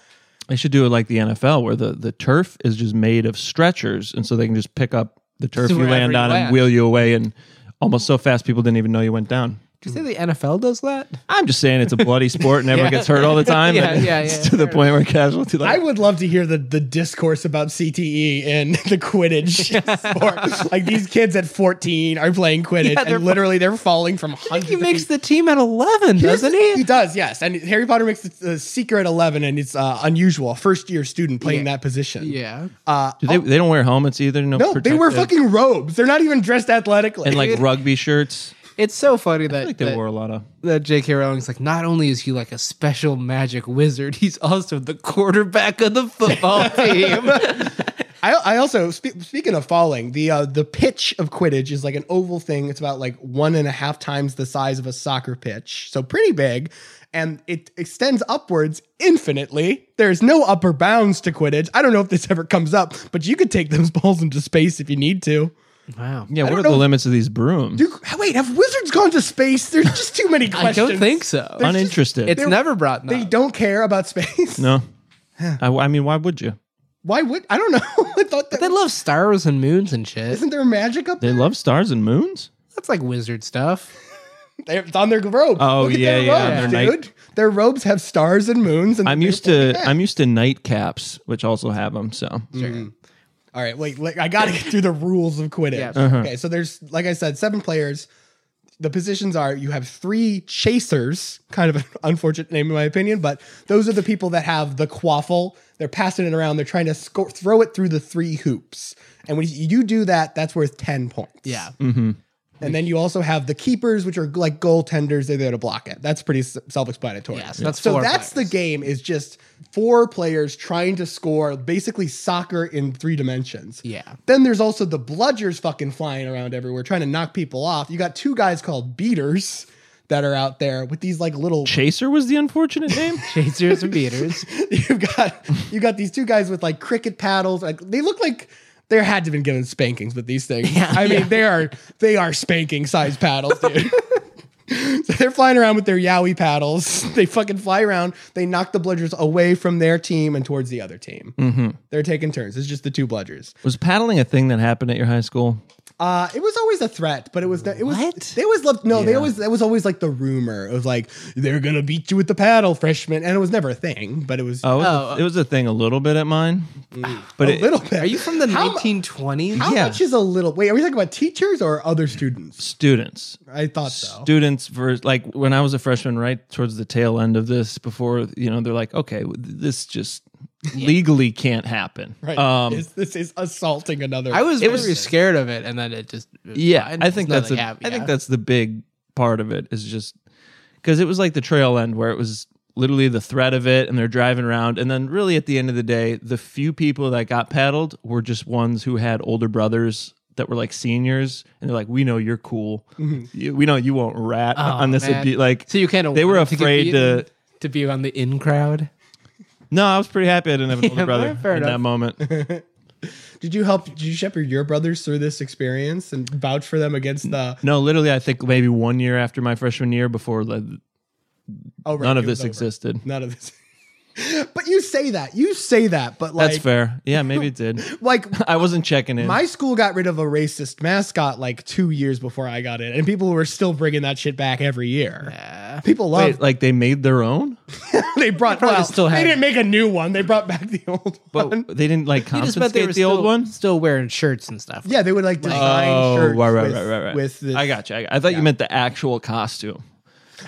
E: They should do it like the NFL, where the, the turf is just made of stretchers, and so they can just pick up the turf
F: So
E: you
F: wherever
E: land
F: you
E: on
F: land.
E: and wheel you away, and almost so fast people didn't even know you went down.
F: do you say the NFL does
D: *laughs*
F: that?
E: I'm just saying it's a bloody sport, and everyone
F: Yeah.
E: gets hurt all the time.
F: Yeah,
E: and
F: yeah,
E: it's
F: yeah,
E: to the
F: fair
E: point where casualty.
D: I
E: Like,
D: would love to hear the, the discourse about CTE and *laughs* the
F: *laughs*
D: Quidditch sport. Like these kids at 14 are playing Quidditch,
F: they're
D: and literally they're falling from
F: I
D: hundreds.
F: think he
D: of
F: makes
D: feet.
F: the team at eleven,
D: Here's
F: doesn't
D: the-
F: he?
D: He does, yes. And Harry Potter makes the, the secret 11, and it's uh, unusual. First year student playing
F: Yeah.
D: that position.
F: Yeah,
D: Uh,
E: do they, they don't wear helmets either. No,
D: no, they wear
E: protective-
D: fucking robes. They're not even dressed athletically.
E: and like rugby shirts.
F: it's so funny
E: I
F: that,
E: think they
F: that,
E: wore a lot of.
F: that J.K. Rowling's like, not only is he like a special magic wizard, he's also the quarterback of the
D: *laughs*
F: football team.
D: I, I also spe- speaking of falling, the uh, the pitch of Quidditch is like an oval thing. It's about like one and a half times the size of a soccer pitch, so pretty big, and it extends upwards infinitely. There's no upper bounds to Quidditch. I don't know if this ever comes up, but you could take those *laughs* balls into space if you need to.
F: wow.
E: Yeah, what
D: don't
E: are the
D: know.
E: limits of these brooms?
D: Do, wait, have wizards gone to space? There's just too many
F: *laughs* I
D: questions.
F: don't think so.
E: Uninterested.
F: It's
D: they're-
F: never brought
D: They
F: up.
D: don't care about space.
E: no. I, I mean, why would you?
D: *laughs* Why would I don't know? *laughs* I thought that
F: They love stars and moons and shit.
D: isn't there magic up
E: They
D: there?
E: love stars and moons.
F: That's like wizard stuff.
D: They're, it's on their robe.
E: Oh,
D: Look at
E: yeah,
D: their
E: yeah, on
D: robes,
E: their
D: dude. Their robes have stars and moons. And
E: I'm
D: they're *laughs*
E: used to
D: fucking-
E: I'm used to nightcaps, which also have them. So
D: All right, wait. Like, I got to get through the rules of Quidditch.
F: Yeah.
D: Okay, so there's like I said, seven players. The positions are you have three chasers, kind of an unfortunate name in my opinion, but those are the people that have the quaffle. They're passing it around. They're trying to sco- throw it through the three hoops. And when you do that, that's worth 10 points.
F: Yeah.
D: And then you also have the keepers, which are like goaltenders. They're there to block it. That's pretty s- self-explanatory.
F: Yeah, so that's
D: so
F: four
D: that's
F: players.
D: the game is just four players trying to score basically soccer in three dimensions.
F: Yeah.
D: Then there's also the bludgers fucking flying around everywhere trying to knock people off. You got two guys called beaters that are out there with these like little
E: Chaser was the unfortunate name.
F: Chasers and
E: *laughs*
F: beaters.
D: *laughs* you've got you got these two guys with like cricket paddles. Like they look like they had to have been given spankings with these things. I mean, they are they are spanking size paddles,
F: *laughs*
D: dude. *laughs* So they're flying around with their Yowie paddles. *laughs* They fucking fly around. They knock the bludgers away from their team and towards the other team.
F: Mm-hmm.
D: They're taking turns. It's just the two bludgers.
E: was paddling a thing that happened at your high school?
D: Uh, it was always a threat, but it was it was
F: What?
D: they always loved no. They always that was always like the rumor of like they're gonna beat you with the paddle, freshman, and it was never a thing. But it was
E: Oh, it was,
F: Oh,
E: a, it was a thing a little bit at mine, but
D: a
E: it,
D: little bit.
F: Are you from the
D: How mu-
F: 1920s?
D: How
E: Yeah.
D: much is a little? Wait, are we talking about teachers or other students?
E: students
D: I thought so.
E: students for like when I was a freshman, right towards the tail end of this, before you know, they're like, okay, this just legally can't happen.
D: right.
E: Um,
D: Is- this is assaulting another.
F: I was
E: It
F: very
E: was-
F: scared of it, and then it just
E: yeah, I think that's a,
F: I
E: I think that's the big part of it is just because it was like the trail end where it was literally the threat of it, and they're driving around, and then really at the end of the day, the few people that got paddled were just ones who had older brothers. That were like seniors, and they're like, "We know you're cool. You- we know you won't rat on this."
F: Mm-hmm. Oh, man.
E: abu- like,
F: so you kind of
E: they were afraid to
F: to be on the in crowd.
E: No, I was pretty happy I didn't have
F: *laughs*
E: an older
F: Yeah,
E: brother in
F: fair enough.
E: that moment.
F: *laughs*
D: did you help? Did you shepherd your brothers through this experience and vouch for them against the?
E: No, literally, I think maybe one year after my freshman year, before the,
D: Oh, right,
E: none of
D: it was
E: this
D: over.
E: existed.
D: None of this. *laughs* but you say that. You say that. But like,
E: That's fair. Yeah, maybe it
F: *laughs*
E: did. *laughs*
D: Like
E: I wasn't checking in.
D: my school got rid of a racist mascot like two years before I got in, and people were still bringing that shit back every year. People love.
E: Wait, like they made their
F: *laughs*
E: own,
D: *laughs* they brought.
F: probably
D: Well,
F: still
D: they
F: had-
D: didn't make a new one. They brought back the old
E: but
D: one.
E: they didn't like
F: *laughs* You just
E: confiscate
F: bet they were
E: the
F: still,
E: old one.
F: still wearing shirts and stuff.
D: Yeah, they would like design shirts
E: Oh, right, right,
D: with,
E: right, right, right.
D: with the.
E: I got you. I, got- I thought you meant the actual costume.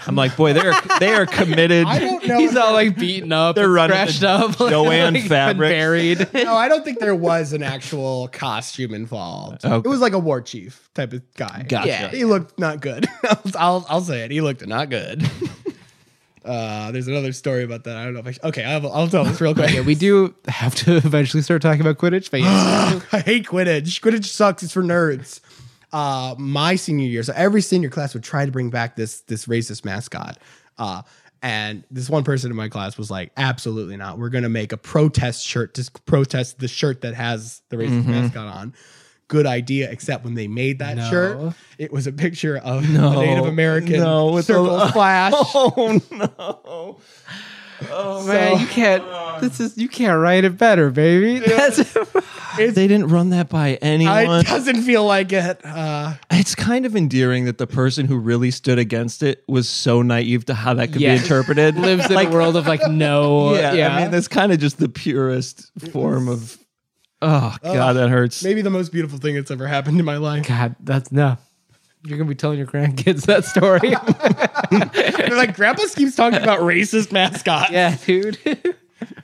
E: I'm like, boy, they're
F: *laughs*
E: they are committed.
D: I
E: *laughs*
D: don't know.
F: *laughs* He's
D: if-
F: all like beaten up,
E: They're
F: and
E: running
F: scratched
E: the *laughs*
F: up, *laughs*
E: Joanne
F: like, been
E: fabric. *laughs*
F: buried. *laughs*
D: no, I don't think there was an actual costume involved.
E: *laughs* Okay.
D: It was like a war chief type of guy.
E: Gotcha.
F: Yeah.
D: He looked not good. *laughs* I'll, I'll I'll say it. He looked not good. *laughs* uh, there's another story about that. I don't know if I. Should. Okay, I'll, I'll tell this real quick.
E: *laughs*
F: yeah, we do have to *laughs* eventually start talking about Quidditch, but yeah.
D: *laughs* I hate Quidditch. Quidditch sucks. It's for nerds. Uh, my senior year, so every senior class would try to bring back this this racist mascot. Uh, And this one person in my class was like, absolutely not. We're going to make a protest shirt to protest the shirt that has the
E: Mm-hmm.
D: racist mascot on. Good idea, except when they made that
F: No.
D: shirt, it was a picture of a Native American
E: No, with the- *laughs*
D: circle flash.
E: Oh no. Oh
F: Man, you can't. This is you can't write it better, baby. *laughs* That's
E: they didn't run that by anyone.
D: It doesn't feel like it. Uh,
E: it's kind of endearing that the person who really stood against it was so naive to how that could
F: Yes.
E: be
F: *laughs*
E: interpreted.
F: lives in
E: Like,
F: a world of like
E: *laughs*
F: no.
E: yeah,
F: Yeah,
E: I mean, that's kind of just the purest form of. Oh god, that hurts.
D: maybe the most beautiful thing that's ever happened in my life.
F: God, that's no. You're gonna be telling your grandkids that story.
D: They're *laughs* like, Grandpa keeps talking about
E: *laughs*
D: racist mascots.
F: *laughs* yeah, dude.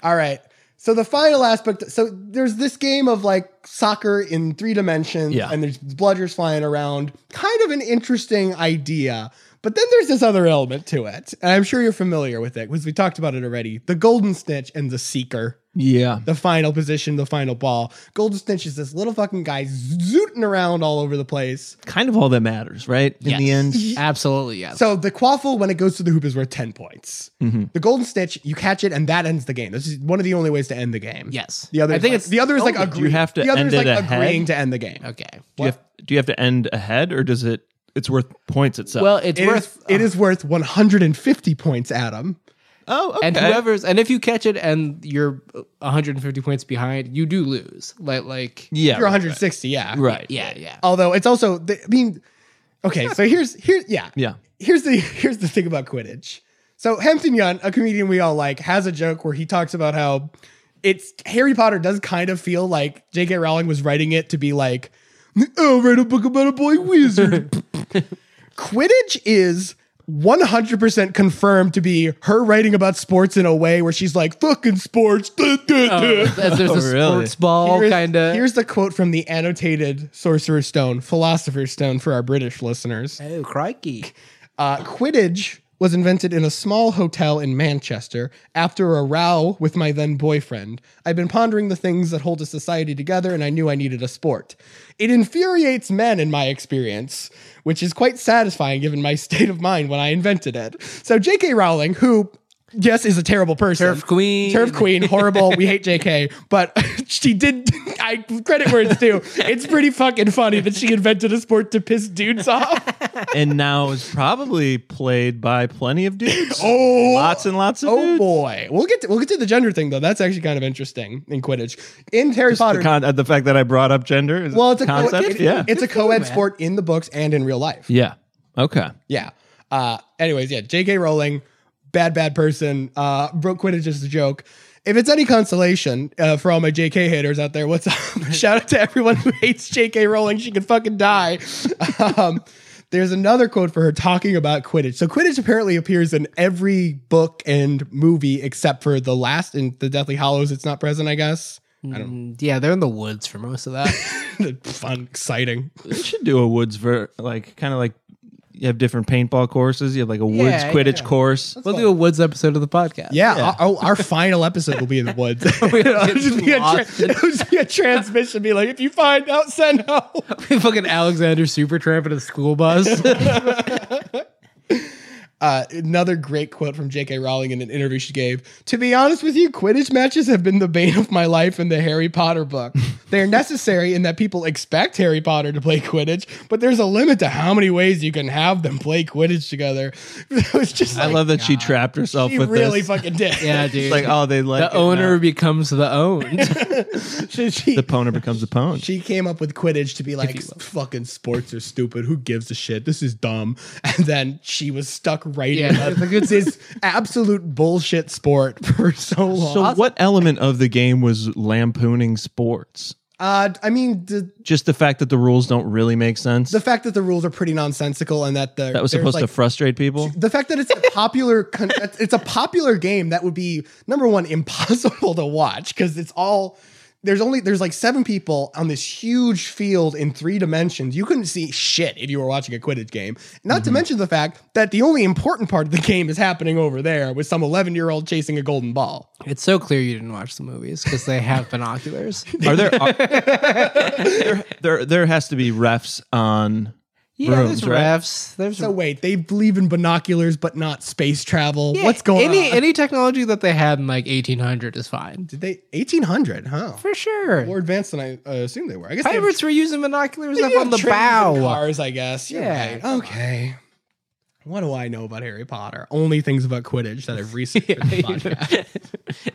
D: All right. So the final aspect. So there's this game of like soccer in three dimensions,
E: Yeah.
D: and there's bludgers flying around. Kind of an interesting idea. But then there's this other element to it, and I'm sure you're familiar with it because we talked about it already. The golden snitch and the seeker.
E: Yeah,
D: the final position, the final ball. Golden Snitch is this little fucking guy zooting around all over the place.
E: kind of all that matters, right? In the end,
D: Mm-hmm.
F: absolutely yes. Mm-hmm.
D: So the quaffle, when it goes to the hoop, is worth 10 points. The Golden Snitch, you catch it, and that ends the game. This is one of the only ways to end the game.
F: Yes.
D: The other,
F: I
D: is
F: think
D: like,
F: it's-
D: the other is like
E: oh,
D: agree-
E: you have to
D: the other
E: end
D: is like
E: it ahead?
D: agreeing to end the game.
F: okay.
E: do you, have, do you have to end ahead, or does it? It's worth points itself.
F: Well, it's
D: It is-
F: worth uh,
D: it is worth 150 points, Adam.
E: oh, okay.
F: and whoever's and if you catch it and you're 150 points behind, you do lose. Like like
E: yeah,
D: You're
E: right,
D: 160, yeah.
E: Right.
F: yeah yeah.
D: Although it's also, the, I mean, okay. So here's here, yeah,
E: Yeah.
D: Here's the *laughs* here's the thing about Quidditch. So Hampton Young, a comedian we all like, has a joke where he talks about how it's Harry Potter does kind of feel like J.K. Rowling was writing it to be like, oh, write a book about a boy
E: *laughs*
D: wizard. Quidditch is 100% confirmed to be her writing about sports in a way where she's like, fucking sports. *laughs* duh, duh, duh."
F: As *laughs* there's a
E: Oh, really?
F: sports ball
D: Here's-
F: kind of.
D: Here's the quote from the annotated Sorcerer's Stone, Philosopher's Stone for our British listeners.
F: oh crikey!
D: Uh, Quidditch was invented in a small hotel in Manchester after a row with my then boyfriend. I've been pondering the things that hold a society together, and I knew I needed a sport. It infuriates men, in my experience, which is quite satisfying given my *laughs* state of mind when I invented it. So, J.K. Rowling, who Yes, is a terrible person.
F: Turf queen.
D: Turf queen. Horrible. we hate
F: *laughs*
D: JK. But *laughs* she did. I credit where it's due. It's pretty fucking funny that she invented a sport to piss dudes off.
E: *laughs* and now is probably played by plenty of dudes.
D: *laughs* Oh.
E: lots and lots of
D: Oh
E: dudes.
D: boy, we'll get to, we'll get to the gender thing though. That's actually kind of interesting in Quidditch. In Harry Potter,
E: The, con- uh, the fact that I brought up gender is
D: well, it's a
E: concept.
D: It's,
E: yeah,
D: it's a co-ed sport in the books and in real life.
E: yeah. Okay.
D: Yeah. Uh, anyways, yeah. J.K. Rowling, bad bad person. Uh, broke Quidditch as a joke. If it's any consolation uh, for all my J.K. haters out there, what's up? *laughs* Shout out to everyone who hates J.K. Rowling. She can fucking die. *laughs* Um, there's another quote for her talking about Quidditch. So Quidditch apparently appears in every book and movie except for the last in the Deathly Hollows. It's not present, I guess.
F: Yeah, they're in the woods for most of that.
D: Fun, exciting.
E: They should do a woods ver like kind of like you have different paintball courses. You have like a woods
F: Yeah,
E: Quidditch
F: yeah.
E: course.
F: we'll do a woods episode of the podcast. *laughs*
D: Yeah, Our, our final episode will be in the woods. it'll,
F: get
D: just be a tra-
F: lost. *laughs*
D: it'll just be a transmission. Be like, if you find out, send help.
F: fucking Alexander Supertramp in a school *laughs* bus.
D: Uh, another great quote from J.K. Rowling in an interview she gave. To be honest with you, Quidditch matches have been the bane of my life in the Harry Potter *laughs* book. They're necessary in that people expect Harry Potter to play Quidditch, but there's a limit to how many ways you can have them play Quidditch together. *laughs* it was just
E: I
D: like, oh
E: love that she trapped herself
D: she
E: with
D: really
E: this.
D: fucking did.
F: yeah, dude.
E: It's like oh, they like
F: the
E: it
F: owner
E: now.
F: becomes the owned.
D: *laughs*
F: *laughs*
D: she, she-
E: The poner becomes the pwn.
D: She came up with Quidditch to be like, fucking sports are stupid. Who gives a shit? This is dumb. *laughs* And then she was stuck writing
F: Yeah,
D: about
F: it's like,
E: *laughs*
F: it's-
D: this absolute bullshit sport *laughs* for so long.
E: so what element of the game was lampooning sports?
D: uh, I mean, the,
E: Just the fact that the rules don't really make sense.
D: the fact that the rules are pretty nonsensical and that the
E: that was supposed to
D: *laughs*
E: frustrate people.
D: the fact that it's a popular
F: *laughs*
D: con- it's a popular game that would be number one *laughs* impossible to watch because it's all there's only there's like seven people on this huge field in three dimensions you couldn't see shit if you were watching a quidditch game not
F: Mm-hmm.
D: to mention the fact that the only important part of the game is happening over there with some 11 year old chasing a golden ball
F: it's so clear you didn't watch the movies because they have *laughs* binoculars.
D: *laughs*
E: Are there, are- there there there has to be refs on
F: Yeah,
E: rooms,
F: there's
E: right?
F: refs. There's
D: So wait, they believe in binoculars but not space travel.
F: Yeah,
D: What's going
F: any,
D: on?
F: Any technology that they had in like 1800 is fine.
D: Did they 1800? Huh.
F: For sure.
D: More advanced than I uh, assumed they were. I guess they have-
F: Pirates were using binoculars
D: they
F: up
D: have
F: on the
D: trains and
F: bow.
D: Cars, I guess. You're
F: Yeah,
D: right.
F: come
D: Okay. What do I know about Harry Potter? Only things about Quidditch that I've researched. for
F: *laughs*
D: this podcast. *laughs*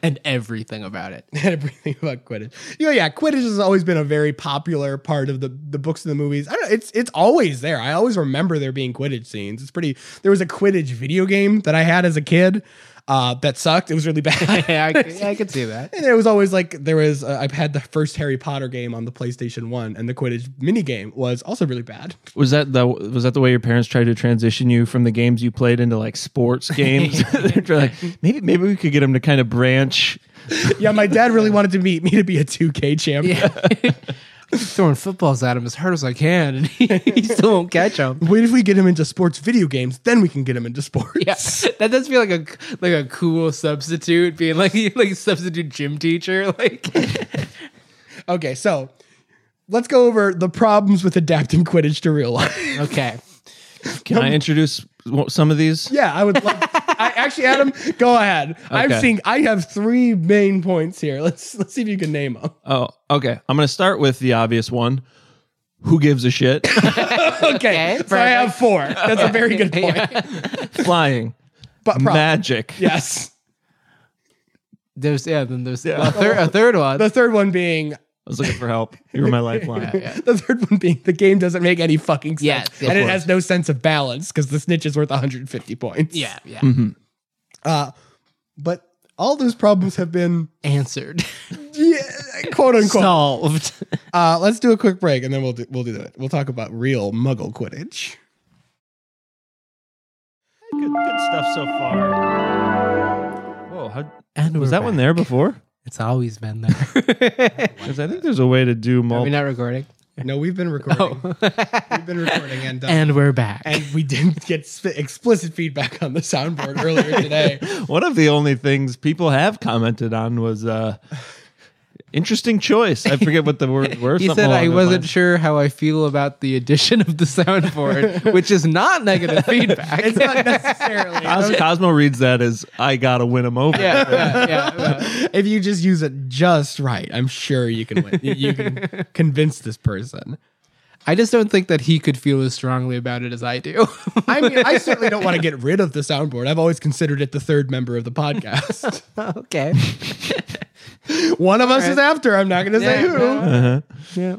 F: and everything about *laughs* it.
D: everything about Quidditch. You know, yeah, Quidditch has always been a very popular part of the the books and the movies. I don't know, it's it's always there. I always remember there being Quidditch scenes. It's pretty there was a Quidditch video game that I had as a kid uh, that sucked. It was really *laughs* bad.
F: *laughs* Yeah, I, c- I could see that.
D: And it was always like there was. Uh, I've had the first Harry Potter game on the PlayStation One, and the Quidditch mini game was also really bad.
E: Was that the was that the way your parents tried to transition you from the games you played into
D: *laughs*
E: like sports games? *laughs* They're like, maybe maybe we could get them to kind of branch.
D: yeah, my dad really wanted to meet me to be a 2K champion.
F: Throwing footballs at him as hard as I can, and he, he still won't catch them.
D: Wait, if we get him into sports video games, then we can get him into sports.
F: Yeah, *laughs* that does feel like a like a cool substitute, being like *laughs* like substitute gym teacher. Like,
D: Okay, so let's go over the problems with adapting Quidditch to real life. *laughs*
F: okay,
E: Can I introduce w- some of these?
D: yeah, I would. Love, I actually, Adam, go ahead. I'm
E: Okay.
D: seeing. I have three main points here. Let's let's see if you can name them.
E: Oh, okay. I'm gonna start with the obvious one. Who gives a shit? *laughs*
D: Okay, so I have four. That's a very
F: *laughs*
D: good point.
E: Flying,
D: But problem.
E: magic.
D: yes.
F: there's yeah, then there's a, thir- a third one.
D: The third one being
E: I was looking for help. You were *laughs* my lifeline.
D: the third one being the game doesn't make any fucking sense,
F: Yes, of
D: and it
F: course.
D: has no sense of balance because the snitch is worth 150 points.
F: yeah, yeah,
E: Mm-hmm.
D: but all those problems have been
F: answered, *laughs*
D: yeah, quote unquote
F: solved. *laughs*
D: Uh, let's do a quick break and then we'll do, we'll do that. We'll talk about real Muggle Quidditch.
E: Good, good stuff so far. Whoa, how,
F: And
E: was
F: we're
E: that one
F: back.
E: there *laughs* before?
F: It's always
E: *laughs*
F: been there.
E: 'Cause I think there's a way to do
F: Are we
E: multiple.
F: not recording?
D: No, we've been recording. *laughs* we've been recording and, uh, Oh. and
F: And we're back.
D: we didn't get sp- explicit feedback on the soundboard earlier today.
E: One of the only things people have commented on was uh, interesting choice. I forget what the *laughs* word were.
F: he
E: something
F: said
E: along
F: I
E: those
F: wasn't
E: lines.
F: sure how I feel about the addition of
E: *laughs*
F: the soundboard, which is not negative feedback.
D: It's
F: *laughs*
D: not necessarily.
E: Cos- Cosmo reads that as I gotta win him over.
F: yeah, yeah, yeah,
D: *laughs* if you just use it just right, I'm sure you can win. You- You can convince this person.
F: I just don't think that he could feel as strongly about it as I do.
D: I mean, I certainly don't want to get rid of the soundboard. I've always considered it the third member of the podcast.
F: *laughs* okay.
D: One of us is after. I'm not going to say who.
E: Uh-huh.
F: Yeah.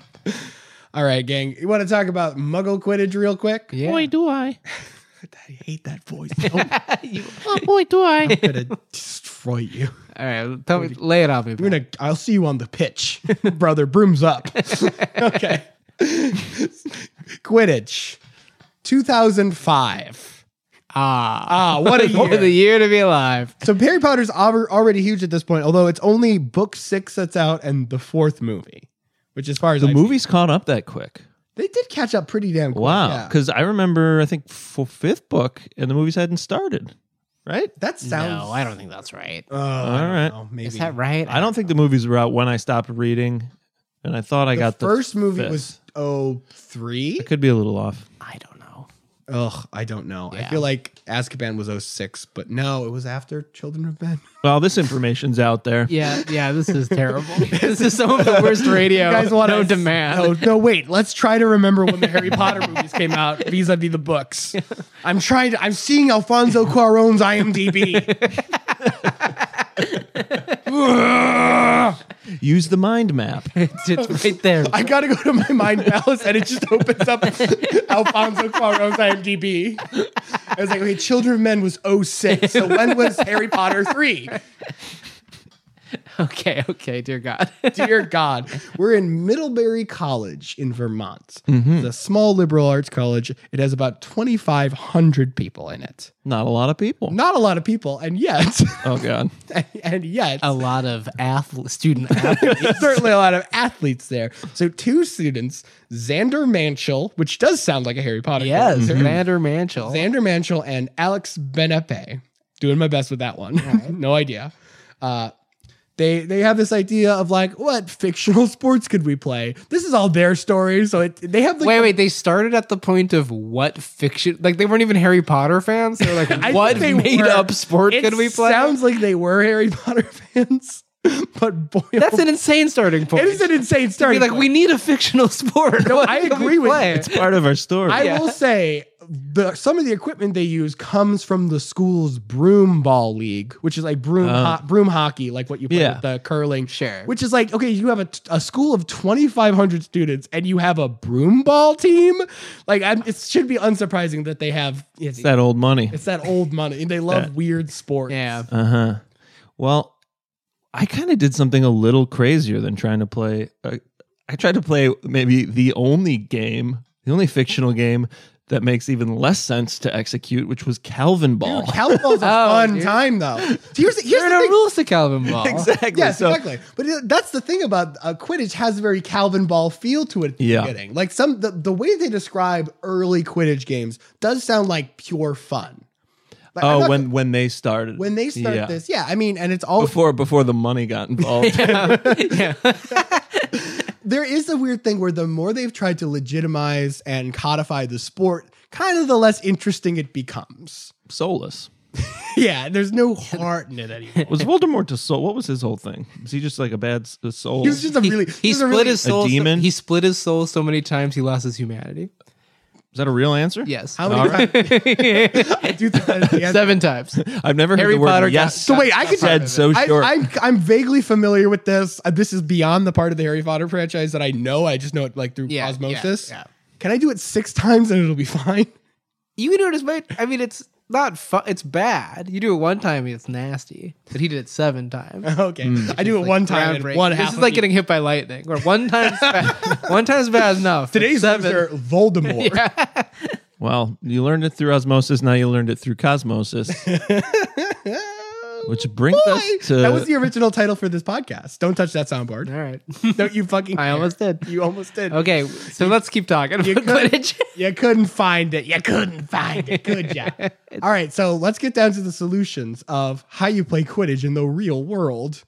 D: All right, gang. You want to talk about Muggle Quidditch real quick?
F: yeah.
E: do I?
D: I hate that voice. *laughs* I'm
E: Oh boy, do I!
D: gonna *laughs* destroy you.
F: All right. Tell me, lay it on me.
D: We're
F: Bro.
D: gonna. I'll see you on the pitch, *laughs* brother. Brooms up. *laughs* okay. *laughs* Quidditch, 2005.
F: Ah.
D: Ah, *laughs* what a
F: What a
D: year!
F: year to be alive.
D: so Harry Potter's al- already huge at this point, although it's only book six that's out and the fourth movie, which as far as
E: The
D: I've
E: movies caught up that quick.
D: seen- they did catch up pretty damn quick.
E: Wow,
D: yeah.
E: because I remember I think f- fifth book and the movies hadn't started, right?
D: that sounds.
F: No, I don't think that's right.
D: Oh, I
E: All
D: don't
E: right.
D: know, maybe
F: Is that right?
E: I don't think the movies were out when I stopped reading, and I thought I
D: The
E: got the
D: first movie
E: fifth.
D: was oh three.
E: It could be a little off.
F: I don't know.
D: Ugh, I don't know. I
F: Yeah.
D: feel like Azkaban was 06, but no, it was after Children of *laughs* Men.
E: Well, this information's
D: *laughs*
E: out there.
F: Yeah, yeah, this is terrible. *laughs* this is some of the worst radio.
D: You guys want
F: no
D: us-
F: demand.
D: No, Oh, no, wait. Let's try to remember when the Harry Potter movies came *laughs* out vis-a-vis the books. I'm trying to. I'm seeing *laughs* Alfonso Cuarón's IMDb.
E: Use the mind map.
D: *laughs*
F: It's, it's right there.
D: I gotta go to my mind palace, and it just opens up Alfonso Cuarón's IMDb. I was like, okay, Children of Men was 06, so when was Harry Potter three?
F: Okay, okay, dear God.
D: dear God. We're in Middlebury College in Vermont.
F: Mm-hmm.
D: It's a small liberal arts college. It has about 2,500 people in it.
E: Not a lot of people.
D: Not a lot of people, and yet, *laughs*
E: Oh God.
D: and yet,
F: *laughs* a lot of athlete, student
D: *laughs*
F: athletes.
D: certainly a lot of athletes there. So two students, Xander Manchel, which does sound like a Harry Potter
F: yes,
D: character,
F: Vander Manchel.
D: Xander Manchel *laughs* and Alex Benepe. Doing my best with that one. no idea. Uh, They they have this idea of like what fictional *laughs* sports could we play? This is all their story, so it, they have like
F: Wait, wait. They started at the point of what fiction? Like they weren't even Harry Potter fans. They were
D: *laughs* I
F: like, what
D: think they
F: made
D: were.
F: up sport
D: It
F: could we play?
D: Sounds like they were Harry Potter *laughs* fans, but boy,
F: That's an insane starting point.
D: it is an insane
F: Be
D: starting.
F: like,
D: point.
F: we
D: *laughs*
F: need a fictional sport.
D: No,
F: *laughs* What
D: I
F: can we
D: agree with
F: play?
D: you.
E: It's part of our
F: *laughs*
E: story.
D: I
F: Yeah.
D: will say the some of the equipment they use comes from the school's broom ball league, which is like broom
E: Oh.
D: ho- broom hockey, like what you play
E: Yeah.
D: with the curling.
F: Sure.
D: Which is like okay, you have a, t- a school of twenty five hundred students, and you have a broom ball team. Like I'm, it should be unsurprising that they have it's,
E: it's
D: that
E: that old money.
D: it's that old money, and they love weird sports.
F: Yeah.
E: Uh huh. Well, I kind of did something a little crazier than trying to play. Uh, I tried to play maybe the only game, the only fictional game that makes even less sense to execute, which was Calvin Ball.
D: Dude, Cowbell's a
F: *laughs* Oh,
D: fun
F: dude.
D: time though. Here's the, here's
F: There
D: the
F: are no
D: thing.
F: rules to Calvin Ball.
E: exactly.
D: Yes, *laughs*
E: So-
D: exactly. But it, that's the thing about uh, Quidditch has a very Calvin Ball feel to it. At the
E: Yeah.
D: beginning. like some the, the way they describe early Quidditch games does sound like pure fun. Like, I'm
E: *laughs* Oh,
D: not-
E: when when they started.
D: when they start
E: Yeah.
D: this, yeah, I mean, and it's all
E: *laughs* Before before the money got involved.
D: there is a weird thing where the more they've tried to legitimize and codify the sport, kind of the less interesting it becomes. *laughs*
E: Solus.
D: Yeah, there's no heart in it
E: *laughs*
D: anymore.
E: Was Voldemort to soul? What was his whole thing? Was he just like a bad s- soul?
D: He was just a
F: He,
D: really
F: he
D: was a
F: split
D: really-
F: his soul.
E: A demon?
F: So, he split his soul so many times he lost his humanity.
E: Is that a real answer?
F: Yes.
E: *laughs*
D: how many times? *laughs* I do think that is the answer.
F: Seven
D: *laughs*
F: times.
E: I've never
F: Harry
E: heard the word
F: Potter got-
E: yes.
D: So wait, I can
E: said so
D: I,
E: short.
D: I'm I'm vaguely familiar with this. Uh, This is beyond the part of the Harry Potter franchise that I know. I just know it like through
F: Yeah,
D: osmosis.
F: yeah, yeah.
D: Can I do it six times and it'll be *laughs* fine?
F: You can do it as much. I mean, it's not fun. It's bad. You do it one time, it's nasty. But he did it seven times.
D: Okay, I do it *laughs* one time and
F: Groundbreaking.
D: one half.
F: This is
D: of
F: like
D: the-
F: getting hit by lightning. Or one time's bad.
D: *laughs*
F: one time's bad enough. but
D: today's
F: seven.
D: loser, Voldemort.
E: Well, you learned it through osmosis. Now you learned it through cosmosis, which brings
D: Boy,
E: us to
D: that was the original title for this podcast. Don't touch that soundboard.
F: *laughs* All right. *laughs*
D: Don't you fucking?
F: I
D: dare.
F: almost did.
D: You almost did.
F: Okay, so let's keep talking about
D: You could-
F: Quidditch.
D: You couldn't find it. You couldn't find it. Could *laughs* ya? All right, so let's get down to the solutions of how you play Quidditch in the real world.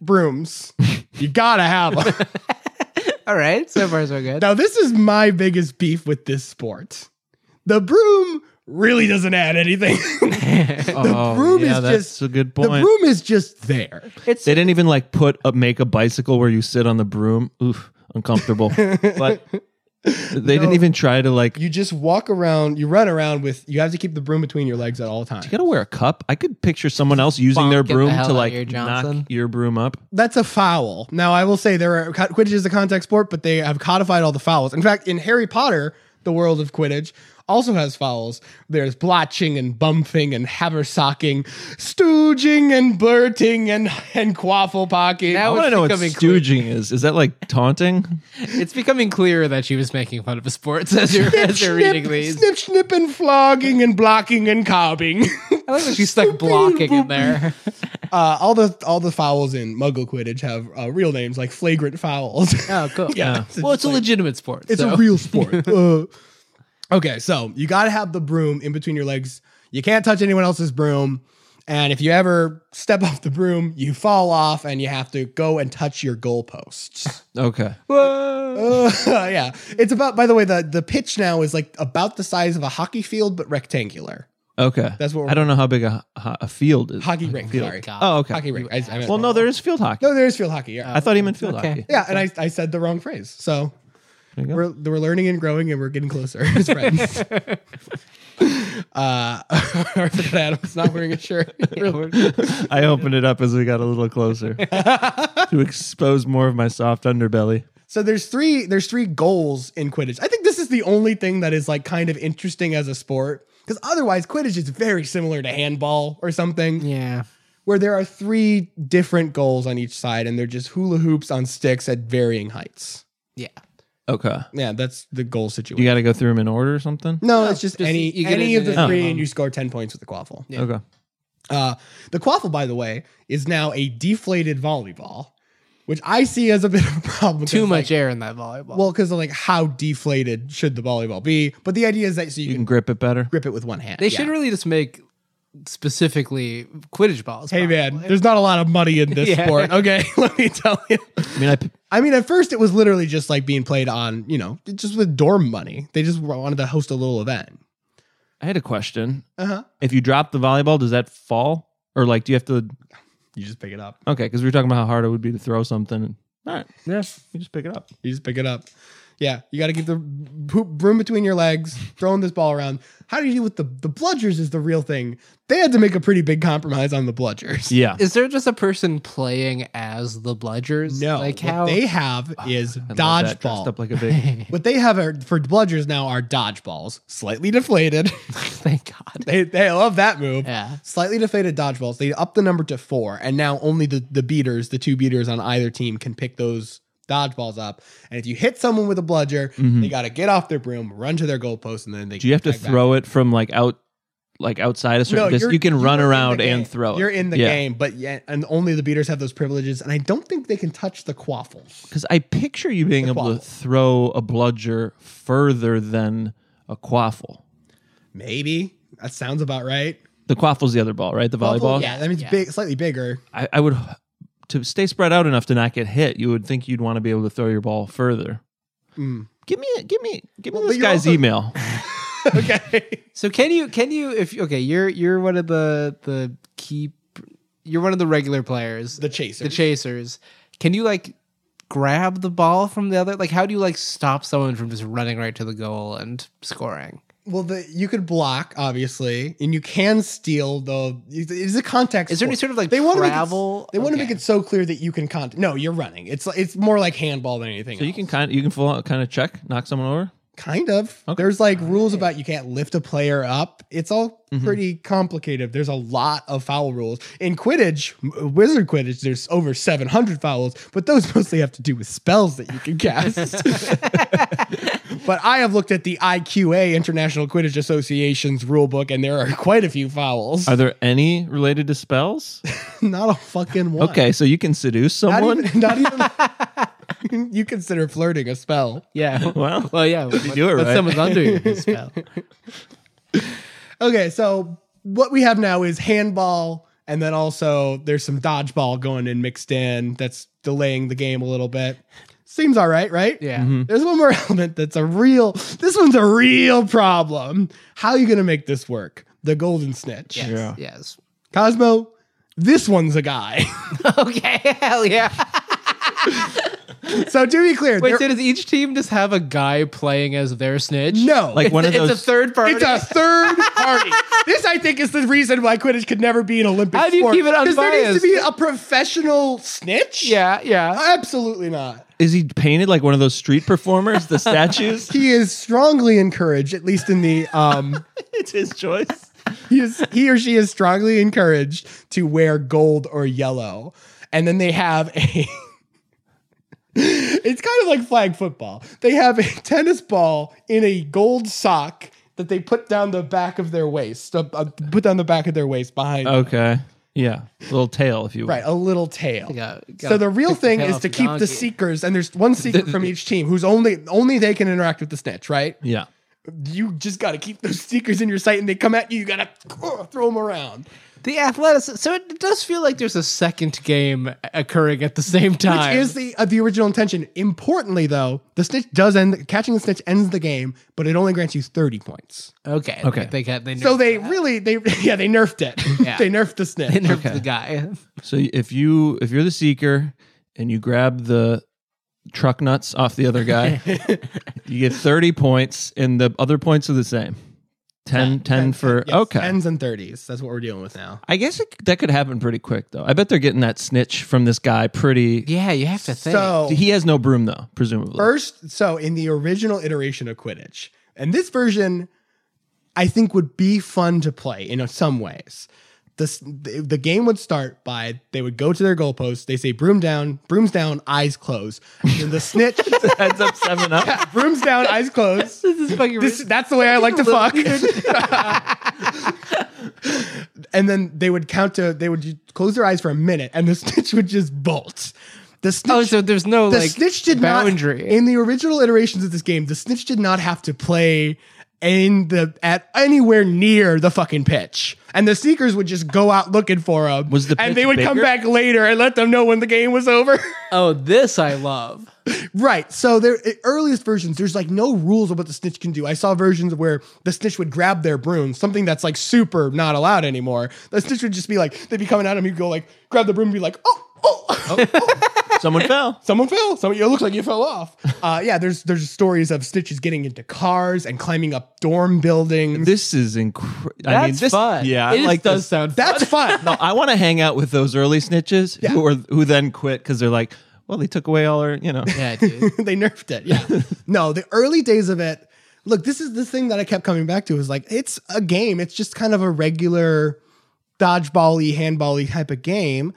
D: Brooms. You gotta have *laughs* them.
F: *laughs* All right, so far so good.
D: now, this is my biggest beef with this sport. The broom really doesn't add anything.
E: oh,
D: broom
E: yeah,
D: is
E: that's
D: just-
E: a
D: *laughs*
E: good
D: the
E: point.
D: broom is just there.
F: It's
E: they didn't even like put a make a bicycle where you sit on the broom. Oof, uncomfortable. but they didn't even try to like. You
D: You just walk around, you run around with, you have to keep the broom between your legs at all times.
E: gotta wear a cup. I could picture someone else using
F: Bonk
E: their
F: it the
E: broom
F: hell
E: to
F: out
E: like
F: your Johnson.
E: knock your broom up.
D: that's a foul. Now I will say there are Quidditch is a contact sport, but they have codified all the fouls. In fact, in Harry Potter, the world of Quidditch also has fouls. There's blotching and bumping and haversocking, stooging and blurting and and quaffle pocking.
E: I
F: Now
E: want to
F: it's
E: know what
F: becoming clear-
E: stooging is. Is that like taunting?
F: it's becoming clear that she was making fun of a sport as you're as you're reading
D: snip,
F: these.
D: snip, snip, and flogging and blocking and cobbing. *laughs*
F: I like that she stuck blocking in there.
D: Uh, all the all the fouls in Muggle Quidditch have uh, real names like flagrant fouls.
F: *laughs*
D: *laughs*
F: Oh, cool.
D: Yeah.
F: Well, it's a legitimate sport.
D: It's
F: so.
D: a real
E: *laughs*
D: sport. Uh, okay, so you got to have the broom in between your legs. You can't touch anyone else's broom. And if you ever step *laughs* off the broom, you fall off and you have to go and touch your goalposts. *laughs*
E: Okay.
D: Uh, yeah. It's about, by the way, the, the pitch now is like about the size of a hockey field, but rectangular.
E: Okay.
D: That's what we're-
E: I don't know how big a, a field is.
D: Hockey rink, sorry.
F: God.
E: Oh, okay.
D: Hockey rink. I, I meant-
E: Well, no, there is field hockey.
D: no, there's field hockey. Yeah.
E: I thought he meant field
F: Okay.
E: hockey.
D: yeah, and I, I said the wrong phrase. So
E: There you go.
D: we're, we're learning and growing and we're getting closer *laughs* as friends. uh, *laughs* Arthur Adams not wearing a shirt. *laughs*
E: *laughs* I opened it up as we got a little closer to expose more of my soft underbelly.
D: So there's three there's three goals in Quidditch. I think this is the only thing that is like kind of interesting as a sport because otherwise Quidditch is very similar to handball or something
F: Yeah.
D: where there are three different goals on each side and they're just hula hoops on sticks at varying heights.
F: Yeah.
E: Okay.
D: Yeah, that's the goal
E: You
D: situation.
E: got to go through them in order or something?
D: no, it's just,
F: just
D: any
F: you get
D: any
F: in
D: of the
F: and out of
D: three,
F: them.
D: and you score ten points with the quaffle.
F: Yeah.
E: Okay.
D: Uh, the quaffle, by the way, is now a deflated volleyball, which I see as a *laughs* bit of a problem.
F: Too
D: 'cause,
F: much
D: like,
F: air in that volleyball.
D: well, because of like how deflated should the volleyball be? But the idea is that so you,
E: You
D: can
E: can grip it better.
D: grip it with one hand.
F: they
D: yeah.
F: should really just make specifically Quidditch balls.
D: Hey man,
F: probably.
D: there's not a lot of money in this
F: *laughs* Yeah.
D: sport. Okay, *laughs* let me tell you.
E: I mean, I p-
D: I mean, at first it was literally just like being played on, you know, just with dorm money. They just wanted to host a little event.
E: I had a question.
D: Uh
F: Uh-huh.
D: huh.
E: If you drop the volleyball, does that fall or like do you have to?
D: You just pick it up.
E: Okay, because we were talking about how hard it would be to throw something. All right, yeah, you just pick it up.
D: You just pick it up. Yeah, you got to keep the poop broom between your legs, throwing this ball around. How do you deal with the the bludgers? Is the real thing. They had to make a pretty big compromise on the bludgers.
E: Yeah,
F: Is there just a person playing as the Bludgers?
D: No,
F: like
D: what
F: how
D: they have is
E: *sighs* I love that,
D: dodgeball.
E: Dressed up like
D: *laughs*
E: a big.
D: what they have are, for bludgers now are dodgeballs, slightly deflated. *laughs*
F: *laughs* Thank God.
D: they they love that move.
F: Yeah.
D: Slightly deflated dodgeballs. They up the number to four, and now only the the beaters, the two beaters on either team, can pick those dodgeballs up. And if you hit someone with a bludger, they got to get off their broom, run to their goalpost, and then they
E: Mm-hmm. Do you have to
D: tag back.
E: throw it from like out, like outside a certain?
D: No,
E: distance?
D: you're-
E: you can
D: you
E: run
D: are in the
E: around
D: game.
E: and throw. it.
D: You're in the
E: Yeah.
D: game, but yeah, and only the beaters have those privileges. And I don't think they can touch the quaffle.
E: Because I picture you being
D: The
E: able
D: quaffle.
E: to throw a bludger further than a quaffle.
D: Maybe that sounds about right.
E: The quaffle's the other ball, right? The volleyball.
D: yeah, that means big, slightly bigger.
E: I, I would to stay spread out enough to not get hit. You would think you'd want to be able to throw your ball further. Give me, a- give me, give me
D: Hmm. Well, but
E: this
D: you're
E: guy's
D: also-
E: email.
D: okay,
F: So can you can you if okay you're you're one of the the keep you're one of the regular
D: *laughs*
F: players
D: the chaser.
F: the chasers can you like grab the ball from the other like how do you like stop someone from just running right to the goal and scoring
D: Well, the, you could block obviously, and you can steal. Though it is a contact.
F: Is there any
D: sport.
F: sort of, like,
D: wanna Make
F: travel?
D: it, they want to
F: Okay.
D: make it so clear that you can contact. No, you're running. It's like- it's more like handball than anything.
E: So you
D: else.
E: can kind, you can full out, kind of check, knock someone over.
D: kind of. There's like rules about you can't lift a player up. It's all pretty complicated. There's a lot of foul rules in Quidditch, M- uh, Wizard Quidditch. There's over 700 fouls, but those *laughs* mostly have to do with spells that you can cast. but I have looked at the IQA International Quidditch Association's rulebook, and there are quite a few fouls.
E: Are there any related to spells?
D: *laughs* Not a fucking one.
E: Okay, so you can seduce
D: Not *laughs*
E: someone.
D: even. Not even *laughs* you consider flirting a spell. *laughs*
F: yeah
E: well,
F: well yeah what,
E: do it
F: what's
E: right.
F: someone's under you to spell
D: Okay, so what we have now is handball, and then also there's some dodgeball going in mixed in that's delaying the game a little bit. Seems all right, right? Mm-hmm.
F: yeah
D: There's one more *laughs* element that's a real. This one's a real problem. How are you gonna make this work? The golden snitch,
F: yes
E: Yeah.
F: yes *laughs*
D: Cosmo. This one's a guy. *laughs*
F: okay hell yeah
D: so to be clear,
F: wait
D: there-
F: so does each team just have a guy playing as their snitch
D: no,
E: *laughs* like one of
F: it's
E: those.
F: a third party
D: *laughs* It's a
F: *laughs*
D: third party. this, I think, is the reason why Quidditch could never be an Olympic
F: How do you
D: sport.
F: keep it
D: 'Cause There needs
F: unbiased?
D: to be a professional snitch.
F: yeah yeah
D: absolutely not.
E: is he painted like one of those street performers?
D: *laughs*
E: The statues.
D: He is strongly encouraged, at least in the um, *laughs*
E: it's his choice.
D: he is he or she is strongly encouraged to wear gold or yellow, and then they have a. *laughs* it's kind of like flag football. They have a tennis ball in a gold sock that they put down the back of their waist, uh, uh, put down the back of their waist behind.
F: Oh.
E: Okay. Yeah. Little tail, if you will.
D: Right, a little tail.
F: gotta-
D: so
F: gotta
D: the real
F: pick the
D: thing
F: tail
D: is
F: off
D: to
F: the
D: keep the
F: donkey.
D: seekers, and there's one seeker from each team who's only only they can interact with the snitch. Right?
E: Yeah.
D: You just got to keep those seekers in your sight, and they come at you. You got to throw them around.
F: The athleticism. So it does feel like there's a second game occurring at the same time.
D: Which is the uh, the original intention. Importantly, though, the snitch does end. Catching the snitch ends the game, but it only grants you thirty points.
F: okay.
E: Okay.
F: They got they
D: So
F: *laughs* nerfed,
D: they really they *laughs* yeah they nerfed it. *laughs*
F: Yeah.
D: they nerfed the snitch.
F: they nerfed
E: okay.
F: the guy.
E: So if you if you're the seeker and you grab the truck nuts off the other guy, you get 30 points and the other points are the same. 10 10, for
D: Yes,
E: okay.
D: tens and thirties. That's what we're dealing with now.
E: I guess it, that could happen pretty quick though. I bet they're getting that snitch from this guy pretty
F: Yeah, you have to think.
D: So
E: He has no broom though, presumably.
D: first so in the original iteration of quidditch and this version i think would be fun to play in some ways this, the the game would start by they would go to their goalposts. They say broom down, brooms down, eyes closed. And the snitch
F: *laughs*
D: *laughs*
E: Heads up 7 up.
D: brooms down, eyes closed.
F: this is fucking
D: This, that's the way I like to fuck. *laughs* and then they would count to. They would close their eyes for a minute, and the *laughs* snitch would just bolt. The snitch
F: Oh, so there's no
D: the
F: like
D: snitch did
F: boundary.
D: not in the original iterations of this game the snitch did not have to play in the at anywhere near the fucking pitch and the seekers would just go out looking for them.
E: Was the
D: and
E: pitch
D: they would come
E: bigger?
D: back later and let them know when the game was over. *laughs*
F: Oh, this I love.
D: Right. So there eh, earliest versions, there's like no rules of what the snitch can do. I saw versions where the snitch would grab their broom, something that's like super not allowed anymore. The snitch would just be like, they'd be coming at him, he'd go like grab the broom and be like, oh, oh,
E: Someone fell.
D: someone fell. Someone it looks like you fell off. *laughs* Uh, yeah, there's there's stories of snitches getting into cars and climbing up dorm buildings.
E: This is incredible. I mean,
F: That's
E: this,
F: fun.
E: Yeah,
F: it
E: I
F: just
E: like
F: does
E: this.
F: sound. fun.
D: *laughs* that's fun.
E: No, I want to hang out with those early snitches who are who then quit because they're like, well, they took away all our, you know.
F: *laughs*
D: *laughs*
F: Yeah, dude.
D: they nerfed it. Yeah. no, the early days of it. Look, this is the thing that I kept coming back to is like it's a game. It's just kind of a regular dodgeball-y, handball-y type of game.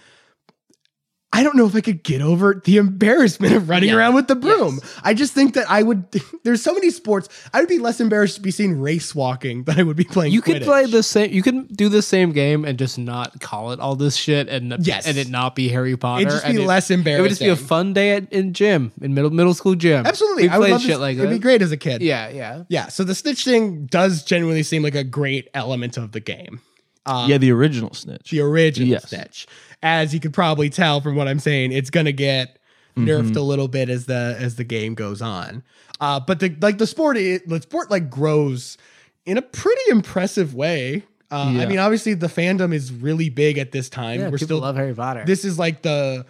D: I don't know if I could get over the embarrassment of running
F: Yeah.
D: around with the broom. I just think that I would. *laughs* There's so many sports. I would be less embarrassed to be seen race walking than I would be playing.
F: You could
D: Quidditch.
F: play the same. You could do the same game and just not call it all this shit, and
D: Yes.
F: and it not be Harry Potter.
D: It'd just
F: and
D: be less
F: It would just be a
D: embarrassing.
F: fun day at, in gym in middle middle school gym.
D: absolutely.
F: we
D: I would
F: played
D: love
F: shit
D: this.
F: like
D: it'd
F: that.
D: be great as a kid.
F: Yeah, yeah.
D: yeah. So the snitch thing does genuinely seem like a great element of the game.
E: yeah, the original snitch.
D: the original
E: Yes.
D: Snitch. As you could probably tell from what I'm saying, it's gonna get
F: Mm-hmm.
D: nerfed a little bit as the as the game goes on. Uh, but the like the sport i- the sport like grows in a pretty impressive way. Uh, I
E: Yeah.
D: mean, obviously the fandom is really big at this time.
F: Yeah,
D: We're
F: people
D: still
F: love Harry Potter.
D: this is like the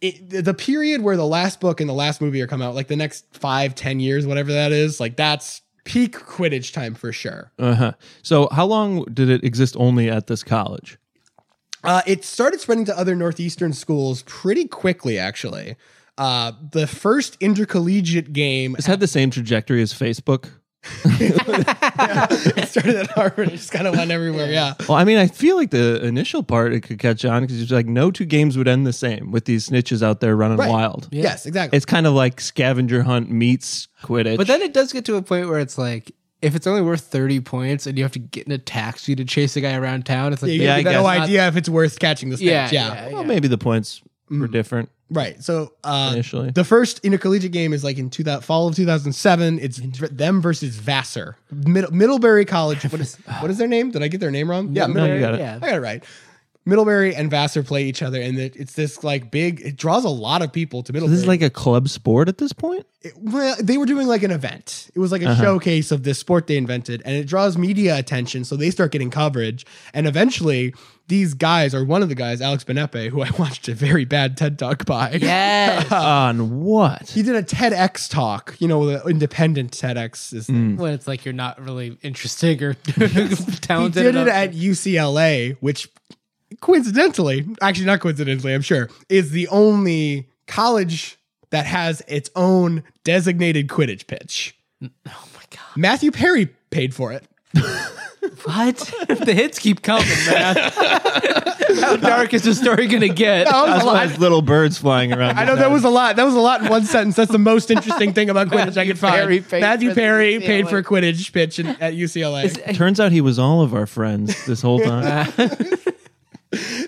D: it, the- the period where the last book and the last movie are coming out, like the next five, ten years, whatever that is, like that's peak Quidditch time for sure.
E: Uh huh. So, how long did it exist only at this college?
D: Uh, it started spreading to other Northeastern schools pretty quickly, actually. Uh, the first intercollegiate game *laughs*
E: It's had the same trajectory as Facebook.
D: it started at Harvard. It just kind of went everywhere. Yeah.
E: Well, I mean, I feel like the initial part it could catch on because it's like no two games would end the same with these snitches out there running
D: Right.
E: wild.
D: Yes, exactly.
E: It's kind of like scavenger hunt meets Quidditch.
F: But then it does get to a point where it's like, if it's only worth 30 points and you have to get in a taxi to chase the guy around town, it's like,
D: you
E: yeah,
D: have
E: I
D: no
E: guess.
D: idea if it's worth catching the snitch.
F: yeah,
D: Yeah.
F: yeah, yeah.
E: well, maybe the points
F: Mm.
E: were different.
D: Right. So uh,
E: Initially.
D: the first intercollegiate game is like in two, that fall of 2007. It's v- them versus Vassar, Mid- Middlebury College. What
E: *laughs*
D: is, what is their name? Did I get their name wrong? Yeah,
E: No, you got it.
F: Yeah.
D: I got it right. Middlebury and Vassar play each other, and it- it's this like big. It draws a lot of people to Middlebury.
E: This is like a club sport at this point.
D: it- well, they were doing like an event. It was like a
E: Uh-huh.
D: showcase of this sport they invented, and it draws media attention, so they start getting coverage. And eventually, these guys, or one of the guys, Alex Benepe, who I *laughs* watched a very bad TED talk by.
F: Yes.
E: on what?
D: He did a TEDx talk, you know, the independent TEDx. Is
F: *laughs* when it's like you're not really interesting or *laughs*
D: He
F: talented.
D: did it
F: enough.
D: at UCLA, which coincidentally, actually not coincidentally, I'm sure, is the only college that has its own designated Quidditch pitch.
F: oh my God.
D: Matthew Perry paid for it.
F: *laughs* What? the hits keep coming,
D: *laughs*
F: man. How dark is the story going to get?
E: That's why there's little birds flying
D: *laughs*
E: around.
D: I know that was a lot. That was a lot in one sentence. That's the most interesting thing about Quidditch I could
F: Perry
D: find.
F: paid
D: Matthew
F: for the
D: Perry
F: UCLA.
D: paid for a Quidditch pitch in, at UCLA.
E: Turns out he was all of our friends this whole
D: *laughs*
E: time. *laughs*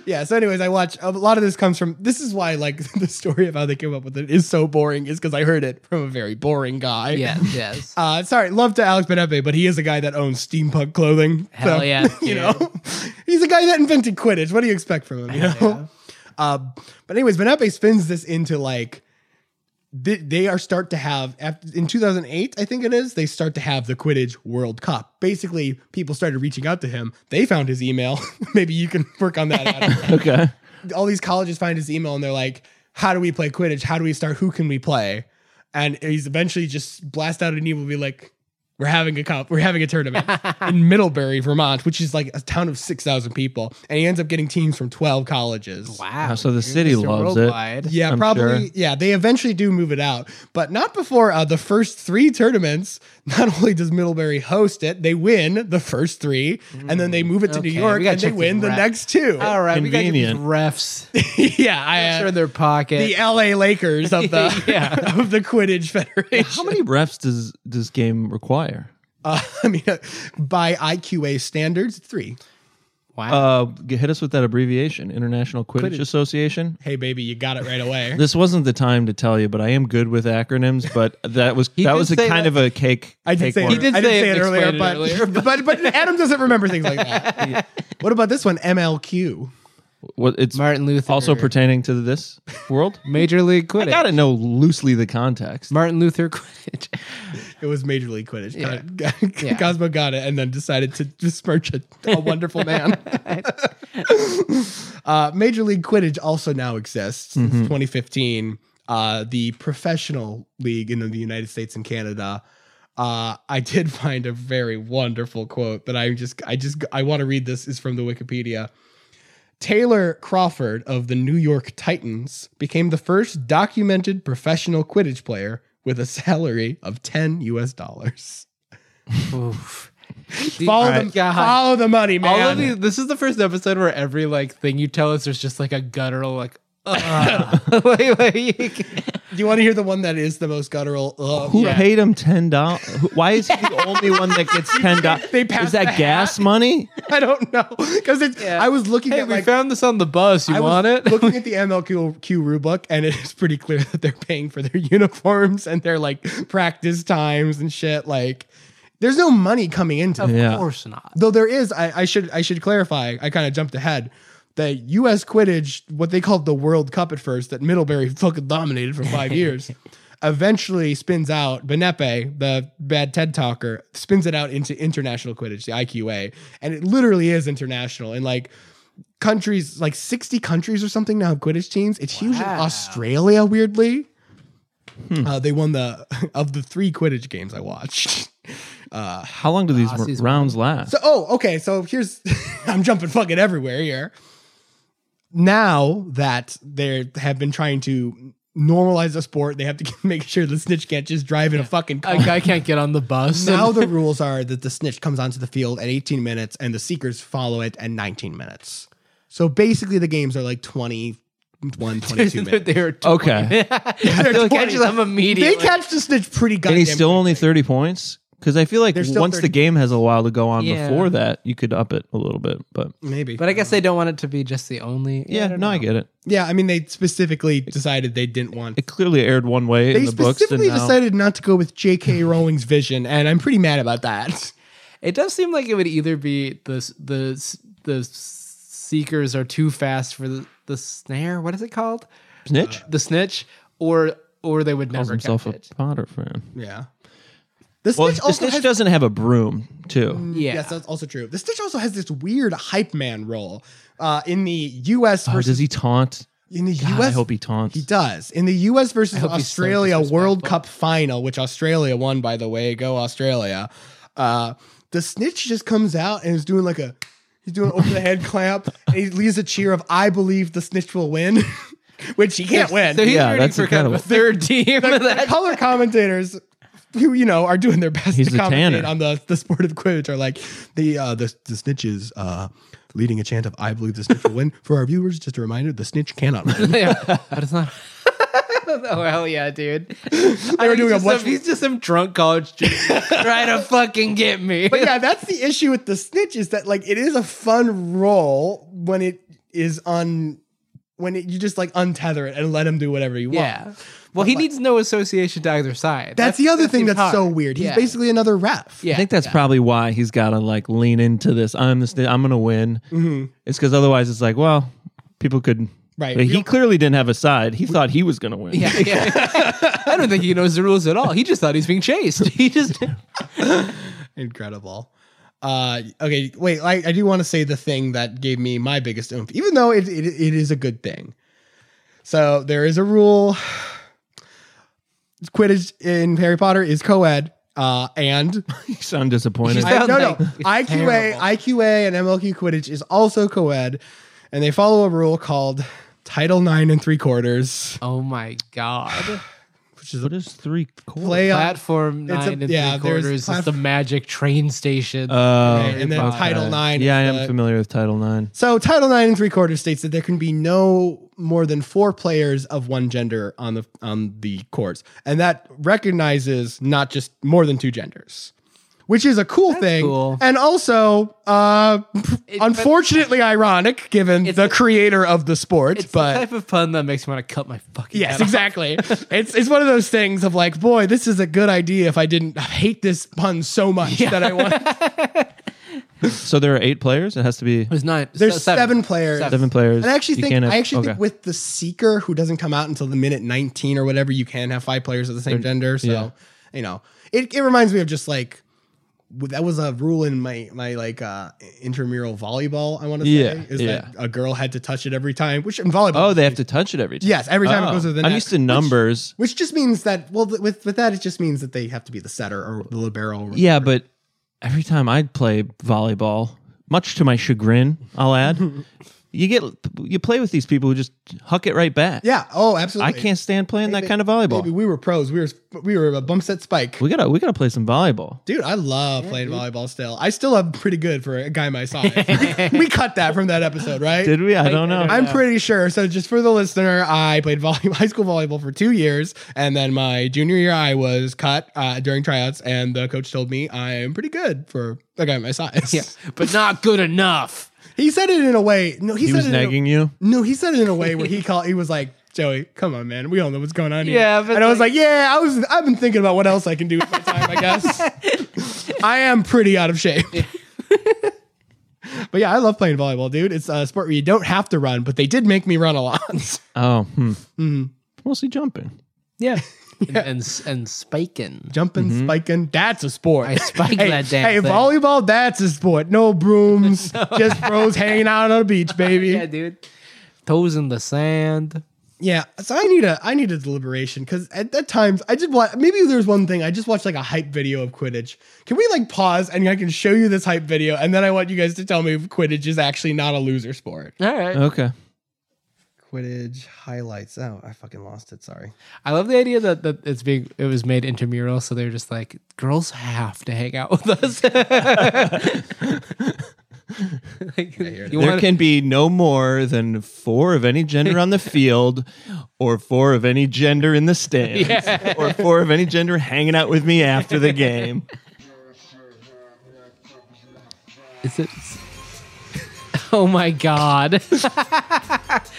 D: yeah. So, anyways, I watch a lot of this comes from. This is why, like, *laughs* the story of how they came up with it is so boring. Is because I heard it from a very boring guy.
F: yes, yes.
D: Uh, sorry, love to Alex Benepe, but he is a guy that owns steampunk clothing.
F: Hell yeah,
D: *laughs* you
F: dude.
D: know, he's a guy that invented Quidditch. What do you expect from him? You know. *laughs* Uh, but anyways, Benepe spins this into like they, they are start to have after, in 2008, I think it is. They start to have the Quidditch World Cup. Basically, people started reaching out to him. They found his email. *laughs* Maybe you can work on that. Adam
E: okay.
D: all these colleges find his email and they're like, "How do we play Quidditch? How do we start? Who can we play?" And he's eventually just blast out an email and be like, "We're having a cup. We're having a
F: *laughs*
D: tournament in Middlebury, Vermont, which is like a town of six thousand people." And he ends up getting teams from twelve colleges.
F: *laughs* wow.
E: so the
F: you're
E: city
F: Mr.
E: loves it.
F: Worldwide.
D: Yeah,
E: I'm
D: probably.
E: sure.
D: Yeah, they eventually do move it out, but not before uh, the first three tournaments. Not only does Middlebury host it, they win the first three, and then they move it to New
F: Mm, Okay,
D: York
F: we gotta
D: and they
F: check these
D: win the
F: rep.
D: next two.
F: All right, we got
E: Convenient.
F: refs.
D: *laughs* yeah, I, uh,
F: Picture in their pocket. *laughs*
D: the LA Lakers of the *laughs*
F: Yeah.
D: of the Quidditch Federation.
F: *laughs*
E: How many refs does this game require?
D: Uh, I mean, uh, by IQA standards, three.
F: Wow.
E: Uh, g- hit us with that abbreviation, International Quidditch, Association.
D: Hey, baby, you got it right
F: *laughs*
D: away.
E: This wasn't the time to tell you, but I am good with acronyms. But that was that
F: did
E: was a
F: say
E: kind
F: that.
E: of a cake.
D: I did
E: cake
D: say it,
E: walk.
F: He did
D: I
F: say
D: did
F: it
D: say it
F: and
D: earlier,
F: explain it
D: but,
F: earlier,
D: but *laughs* but Adam doesn't remember things like
F: *laughs*
D: that. What about this one? MLQ.
E: What- it's
F: Martin Luther.
E: also pertaining to this
F: *laughs*
E: world.
F: Major League Quidditch.
E: I gotta know loosely the context.
F: Martin Luther Quidditch.
D: It was Major League Quidditch.
F: Yeah.
D: Got- *laughs*
F: Yeah.
D: Cosmo got it and then decided to *laughs* besmirch a, a wonderful
F: *laughs*
D: man. uh, Major League Quidditch also now exists since 2015. Uh, the professional league in the United States and Canada. Uh, I did *laughs* find a very wonderful quote that I'm just, I just, I want to read this is from the Wikipedia. Taylor Crawford of the New York Titans became the first documented professional Quidditch player with a salary of 10 US dollars.
F: Oof.
D: *laughs* Follow,
F: Alright.
D: the,
F: God.
D: follow the money, man.
F: All of these. This is the first episode where every like thing you tell us, there's just like a guttural like. *laughs* Uh, like, like,
D: Do you want to hear the one that is the most guttural? Ugh.
E: Who
F: Yeah.
E: paid him ten dollars? Why is
D: *laughs*
E: he the only one that gets ten dollars?
D: They passed
E: Is that
D: the hat.
E: gas money?
D: *laughs* I don't know. Because
F: Yeah.
D: I was looking
F: hey,
D: at
F: we
D: like,
F: found this on the bus. You
D: I was
F: want it? *laughs*
D: looking at the MLQ rule book, and it is pretty clear that they're paying for their *laughs* uniforms and their like practice times and shit. Like, there's no money coming into it.
E: Yeah.
F: Of course not.
D: Though there is, I, I should I should clarify. I kind of jumped ahead. The U.S. Quidditch, what they called the World Cup at first, that Middlebury *laughs* fucking dominated for five years, eventually spins out. Benepe, the bad TED talker, spins it out into international Quidditch, the IQA, and it literally is international. And like countries, like sixty countries or something now have Quidditch teams. It's huge in
F: Wow.
D: Australia, weirdly. Uh, they won the *laughs* of the three Quidditch games I watched. *laughs*
E: How long do these r-
F: Aussies
E: rounds last?
D: Ah, So, oh, okay. So here's, *laughs* I'm jumping fucking everywhere here. Now that they have been trying to normalize the sport, they have to *laughs* make sure the snitch can't just drive in a fucking car.
F: A guy can't get on the bus.
D: now the rules are that the snitch comes onto the field at 18 minutes and the seekers follow it at 19 minutes. So basically, the games are like 21,
F: *laughs*
D: 22 minutes.
F: *laughs* They're
D: *laughs*
F: *laughs*
E: okay,
F: They'll catch them
D: Oh, They
F: immediately.
D: catch the snitch pretty
E: and
D: goddamn.
E: he's still only thirty points. Because I feel like
D: There's still
E: once
D: 30.
E: the game has a while to go on
F: Yeah.
E: before that, you could up it a little bit. But
D: maybe,
F: but I guess they don't want it to be just the only.
E: yeah, no, I get it.
D: yeah. I mean, they specifically decided they didn't want
E: It clearly aired one way in
D: They
E: the books, and
D: specifically
E: now
D: decided not to go with
E: *laughs*
D: J.K. Rowling's vision, and I'm pretty mad about that.
F: It does seem like it would either be the s- the s- the s- seekers are too fast for the, the snare. What is it called?
E: snitch
F: The snitch, or or they would
E: calls
F: never
E: himself
F: catch
E: a
F: it.
E: Potter fan.
D: Yeah. The
E: Well,
D: Stitch
E: the
D: also
E: snitch
D: has, Mm,
E: doesn't have a broom too. Uh,
F: Yeah.
D: yes, that's also true. The Stitch also has this weird hype man role uh, in the U.S.
E: Oh,
D: versus
E: does he taunt?
D: in the
E: God,
D: U.S.
E: I hope he taunts.
D: He does in the U.S. versus
F: hope he's so
D: Australia World
F: disrespectful.
D: Cup final, which Australia won, by the way. Go Australia! Uh, the snitch just comes out and is doing like a he's doing an over the
E: *laughs*
D: head clamp. And he leaves a cheer of "I believe the snitch will win," *laughs* which he can't win.
F: So he's
E: Yeah,
F: rooting
E: that's
F: for kind of a
E: incredible.
F: third *laughs* team.
D: the *laughs* color commentators who you know are doing their best
E: He's
D: to
E: a
D: commentate
E: tanner.
D: on the, the sport of Quidditch are like the uh, the the snitch is uh, leading a chant of "I believe the snitch will win." For our viewers, just a reminder: the snitch cannot win.
F: yeah, but it's not. *laughs* oh hell yeah, dude!
D: *laughs* They were doing a
F: he's, just
D: much.
F: some, he's just some drunk college dude
D: *laughs*
F: trying to fucking get me.
D: But yeah, that's the issue with the snitch is that like it is a fun role when it is on when it, you just like untether it and let him do whatever you want.
F: *laughs* Yeah. Well, he needs no association to either side.
D: That's, the other thing
F: seems
D: that's so
F: hard.
D: weird. He's
F: Yeah.
D: basically another ref.
F: Yeah.
E: I think that's probably why he's got to like lean into this. I'm the st- I'm gonna win. It's because otherwise it's like, well, people could.
D: Mm-hmm. Right.
E: But
D: We
E: he
D: don't-
E: clearly didn't have a side. He thought he was gonna win. *laughs*
F: *laughs* Yeah, yeah.
D: *laughs*
F: I don't think he knows the rules at all. He just thought he's being chased.
D: *laughs*
F: He just
D: Incredible. Uh, okay, wait. I, I do want to say the thing that gave me my biggest oomph, even though it, it it is a good thing. So there is a rule. *sighs* Quidditch in Harry Potter is co-ed, uh, and
F: *laughs*
E: You sound disappointed.
F: She's
D: I,
F: Sounds
D: no, no. IQA,
F: like terrible.
D: IQA, and MLQ Quidditch is also co-ed, and they follow a rule called Title Nine and Three Quarters,
F: Oh my god.
D: which is
E: what
D: a
E: is three quarters?
D: play on,
F: Platform
D: It's a-
F: nine and
D: yeah,
F: three
D: there's
F: quarters is
D: plat-
F: the magic train station.
E: Oh,
D: Right, and then
E: okay.
D: Title Nine
E: Yeah, I
D: is
E: am
D: the-
E: familiar with Title Nine.
D: So Title IX and three quarters states that there can be no more than four players of one gender on the on the courts, and that recognizes not just more than two genders. which is a cool thing,
F: cool.
D: and also uh, unfortunately ironic given
F: It's
D: the
F: the-
D: creator of the sport.
F: It's
D: but
F: the type of pun that makes me want to cut my fucking
D: Yes,
F: head off. *laughs*
D: exactly. it's it's one of those things of like, boy, this is a good idea. If I didn't hate this pun so much that I want,
E: So there are eight players. It has to be
F: There's nine.
D: There's
F: se-
D: seven players.
E: seven players.
D: and I actually
E: You
D: think
E: can't have-
D: I actually
E: okay.
D: think with the seeker who doesn't come out until the minute 19 or whatever, you can have five players of the same gender. So
E: yeah.
D: you know, it it reminds me of just like that was a rule in my my like uh intramural volleyball. I want to
E: Yeah,
D: say is
E: yeah.
D: that a girl had to touch it every time, which in volleyball.
E: oh, they have to touch it every time.
D: Yes, every time it
E: Oh.
D: goes to the
E: I'm
D: net,
E: used to numbers.
D: which just means that well, th- with with that, it just means that they have to be the setter or the libero. Or
E: yeah, but every time I play volleyball, much to my chagrin, I'll *laughs* add, you get you play with these people who just huck it right back.
D: Yeah. Oh, absolutely.
E: I can't stand playing that
D: Maybe-
E: kind of volleyball.
D: Maybe we were pros. We were we were a bump set spike.
E: we gotta we gotta play some volleyball.
D: Dude, I love playing volleyball still. I still am pretty good for a guy my size. we cut that from that episode, right?
E: Did we? I don't know.
D: I'm pretty sure. So, just for the listener, I played volleyball, *laughs* high school volleyball for two years, and then my junior year, I was cut uh, during tryouts, and the coach told me I am pretty good for a guy my size.
F: Yeah, but not good enough.
D: he said it in a way. No, he,
E: he
D: said
E: was
D: it in a-
E: nagging you.
D: No, he said it in a way
F: *laughs*
D: where he called. He was like, "Joey, come on, man. We all know what's going on here."
F: Yeah, but
D: and I was like, "Yeah, I was. I've been thinking about what else I can do with my time. I guess
F: *laughs*
D: I am pretty out of shape." but yeah, I love playing volleyball, dude. It's a sport where you don't have to run, but they did make me run a lot. *laughs*
E: Oh, hmm.
D: Mm-hmm.
E: mostly jumping.
F: Yeah. And, and s- and spiking.
D: Jumping, spiking, that's a sport.
F: Mm-hmm. I spike
D: hey,
F: that damn
D: Hey,
F: thing.
D: volleyball, that's a sport. No
F: *laughs*
D: brooms, just bros hanging out on a beach, baby.
F: Yeah, dude. *laughs* Toes in the sand.
D: Yeah, so I need a I need a deliberation because at, at times I did watch. Maybe there's one thing I just watched like a hype video of Quidditch. Can we like pause and I can show you this hype video and then I want you guys to tell me if Quidditch is actually not a loser sport.
F: All right.
E: Okay.
D: Quidditch highlights. Oh, I fucking lost it. Sorry.
F: I love the idea that, that it's being it was made intramural, so they're just like girls have to hang out with us. *laughs* Like, you
E: There
F: wanna-
E: can be no more than four of any gender *laughs* on the field, or four of any gender in the *laughs* stands, or four of any gender hanging out with me after the game.
F: *laughs* is it? Oh my god!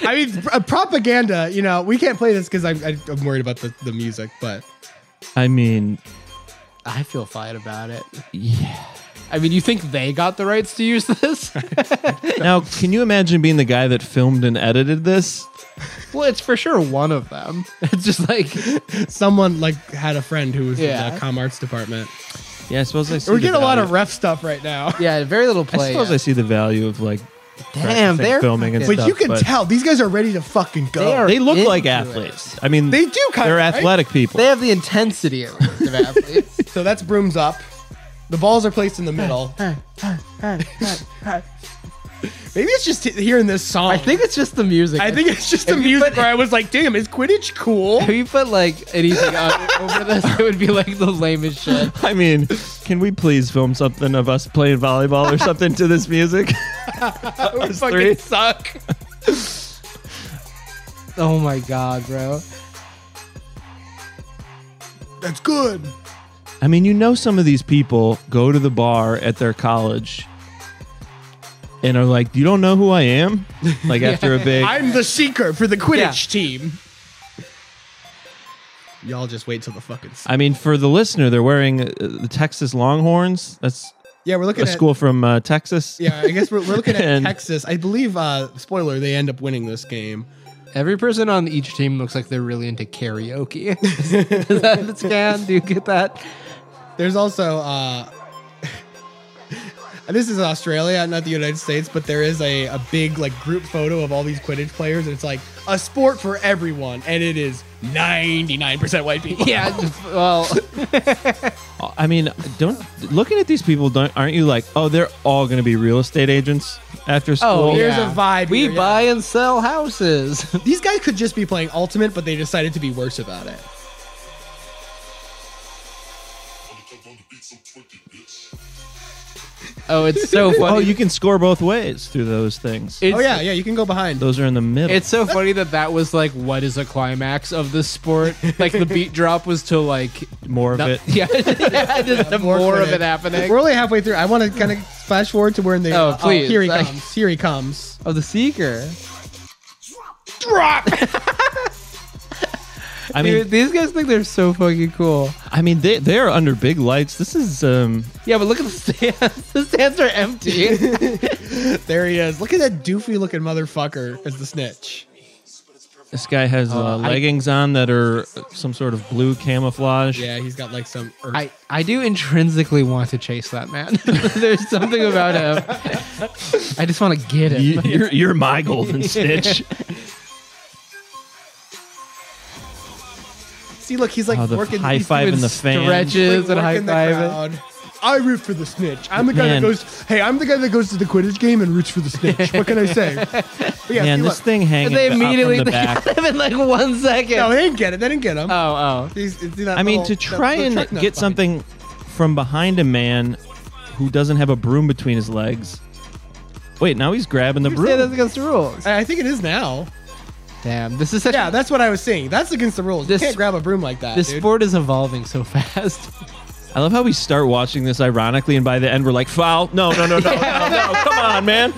D: I mean, pr- uh, propaganda. You know, we can't play this because I'm I- I'm worried about the the music, but.
E: I mean,
F: *laughs* I feel fine about it.
E: yeah.
F: I mean, you think they got the rights to use this?
E: Now, can you imagine being the guy that filmed and edited this?
F: *laughs* well, it's for sure one of them. It's just like
D: Someone like had a friend who was in
F: Yeah.
D: the com arts department.
E: Yeah, I suppose I. See
D: We're
E: the
D: getting a lot of
E: value-
D: ref stuff right now.
F: yeah, very little
E: I
F: play.
E: suppose I see the value of like practicing
F: Damn, they're
E: filming and
F: fucking-
E: stuff.
D: But you can tell these guys are ready to fucking go.
F: They are-
E: They look
F: into
E: like
F: it.
E: athletes. I mean,
D: They do kind
E: They're
D: of, right?
E: athletic people.
F: They have the intensity of
D: *laughs*
F: of athletes.
D: So that's brooms up. The balls are placed in the middle. *laughs* Maybe it's just hearing this song.
F: I think it's just the music.
D: I think it's just the music where I was like, "Damn, is Quidditch
F: *laughs*
D: cool?"
F: If you put like anything on, over this, it would be like the lamest
E: *laughs*
F: shit.
E: I mean, can we please film something of us playing volleyball or something to this music? Us three.
F: fucking suck. oh my god, bro.
D: That's good.
E: I mean, you know, some of these people go to the bar at their college and are like, "You don't know who I am?" Like after a big,
D: I'm the seeker for the Quidditch
F: Yeah.
D: team. Y'all just wait till the fucking. s-
E: I mean, for the listener, they're wearing uh, the Texas Longhorns. That's
D: Yeah, we're looking
E: a
D: at
E: school from uh, Texas.
D: Yeah, I guess we're, we're
F: *laughs*
D: looking at
E: And-
D: Texas. I believe. uh Spoiler: They end up winning this game.
F: Every person on each team looks like they're really into karaoke. *laughs* Does that scan? Do you get that?
D: There's also uh, *laughs* this is Australia, not the United States, but there is a, a big like group photo of all these Quidditch players, and it's like a sport for everyone, and it is 99% white people. *laughs*
F: Yeah. just- *laughs* Well,
E: Uh, I mean, don't looking at these people. Don't aren't you like, oh, they're all going to be real estate agents after school?
F: oh,
D: Here's
F: yeah.
D: a vibe
F: We
D: here, yeah.
F: buy and sell houses. *laughs*
D: These guys could just be playing ultimate, but they decided to be worse about it.
F: Oh,
D: *laughs*
F: it's so funny.
E: Oh, you can score both ways through those things.
F: it's,
D: Oh yeah, yeah. You can go behind.
E: those are in the middle.
F: It's so funny that that was like what is a climax of this
D: *laughs*
F: sport? Like the beat drop was to like
E: more of
F: no-
E: *laughs* it.
F: *laughs* yeah, yeah, just the more of
D: minute.
F: it happening.
D: We're only halfway through. I want to kind of flash forward to where the uh,
F: Oh, please.
D: here he
F: Like-
D: comes. Here he comes.
F: Oh, the seeker.
E: I mean,
F: Dude, these guys think they're so fucking cool.
E: I mean, they they are under big lights. This is um,
F: Yeah, but look at the stands. *laughs* The stands are empty.
D: There he is. Look at that doofy looking motherfucker as the snitch.
E: this guy has
F: Oh,
E: uh, leggings on that are some sort of blue camouflage.
D: Yeah, he's got like some. Earth.
F: I, I do intrinsically want to chase that man. *laughs* There's something about him. I just want to get him.
E: You, you're you're my
F: *laughs*
E: golden snitch.
D: See, look, he's like
E: Oh, the
D: working.
E: high
D: he's
E: five
D: doing
E: in the fan.
F: Stretches and high
D: working the
F: five.
D: crowd. I root for the snitch. I'm the guy
E: Man.
D: that goes. Hey, I'm the guy that goes to the Quidditch game and roots for the
F: *laughs*
D: snitch. What can I say? But yeah,
E: Man,
D: see,
E: this
D: look.
E: thing hanging
F: They immediately
E: up
F: they
E: from the back.
F: *laughs* got him in like one second.
D: No, they didn't get it. They didn't get him.
F: oh, oh.
D: He's- he's doing that
E: I mean,
D: little-
E: to
D: that
E: try
D: little
E: and
D: truck nut
E: get
D: behind.
E: something from behind a man who doesn't have a broom between his legs. Wait, now he's grabbing the
F: Yeah, that's
E: broom.
F: against the rules.
D: I I think it is now.
F: Damn, this is such
D: Yeah, that's what I was saying. That's against the rules.
F: This-
D: you can't grab a broom like that.
F: This
D: dude.
F: sport is evolving so *laughs* fast.
E: I love how we start watching this ironically, and by the end we're like, "Foul! No, no, no,
D: *laughs*
E: no, no, no! Come on, man!"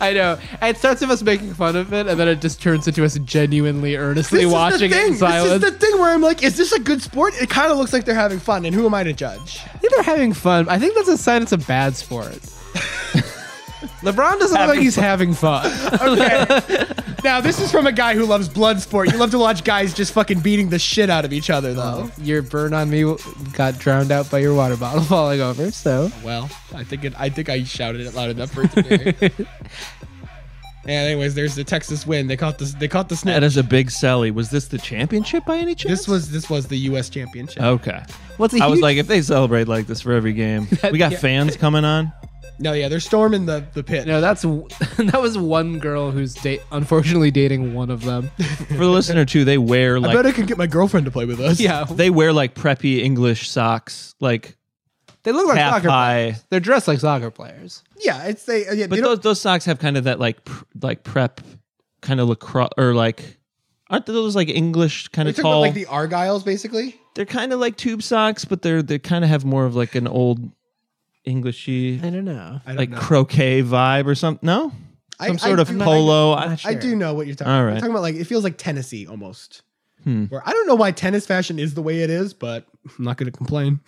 F: I know. It starts with us making fun of it, and then it just turns into us genuinely, earnestly
D: is
F: watching
D: the
F: it
D: thing.
F: in silence.
D: This is the thing where I'm like, is this a good sport? It kind of looks like they're having fun, and who am I to
F: *laughs*
D: judge?
F: I think they're having fun. I think that's a sign it's a bad sport. *laughs* LeBron doesn't look like he's having *laughs* fun.
D: Now, this is from a guy who loves blood sport. You love to watch guys just fucking beating the shit out of each other, though.
F: Oh. your burn on me got drowned out by your water bottle *laughs* falling over, so.
D: Well, I think it, I think I shouted it loud enough for it
E: *laughs*
D: today. and anyways, there's the Texas win. They caught the they caught the
E: That
D: snitch.
E: is a big selly. Was this the championship by any chance?
D: This was this was the U.S. championship.
E: okay.
F: What's a
E: I was
F: huge-
E: like, if they celebrate like this for
D: *laughs*
E: every game, we got fans coming on.
D: No, yeah, they're storming the the pit.
F: No, that's w- *laughs* that was one girl who's date unfortunately dating one of them.
E: For the listener too, they wear
D: I bet
E: like
D: I can get my girlfriend to play with us.
F: Yeah,
E: they wear like preppy English socks, like
F: they look like
E: half
F: soccer.
E: high.
F: They're dressed like soccer players.
D: yeah. It's they. uh, Yeah, they
E: But
D: don't-
E: those those socks have kind of that like pr- like prep kind of lacrosse or like aren't those like English kind
D: Are you
E: of
D: talking about
E: tall?
D: like the Argyles, basically.
E: they're kind of like tube socks, but they're they kind of have more of like an old Englishy
F: I don't know.
D: I don't
E: like
D: know.
E: croquet vibe or something. No,
D: I-
E: some
D: I
E: sort of
D: do-
E: polo.
F: I'm not
E: I-
D: I
F: Sure.
D: do know what you're talking.
E: All
D: about.
E: right. Hmm.
D: You're talking about like it feels like Tennessee almost. Where I don't know why tennis fashion is the way it is, but I'm not going to complain.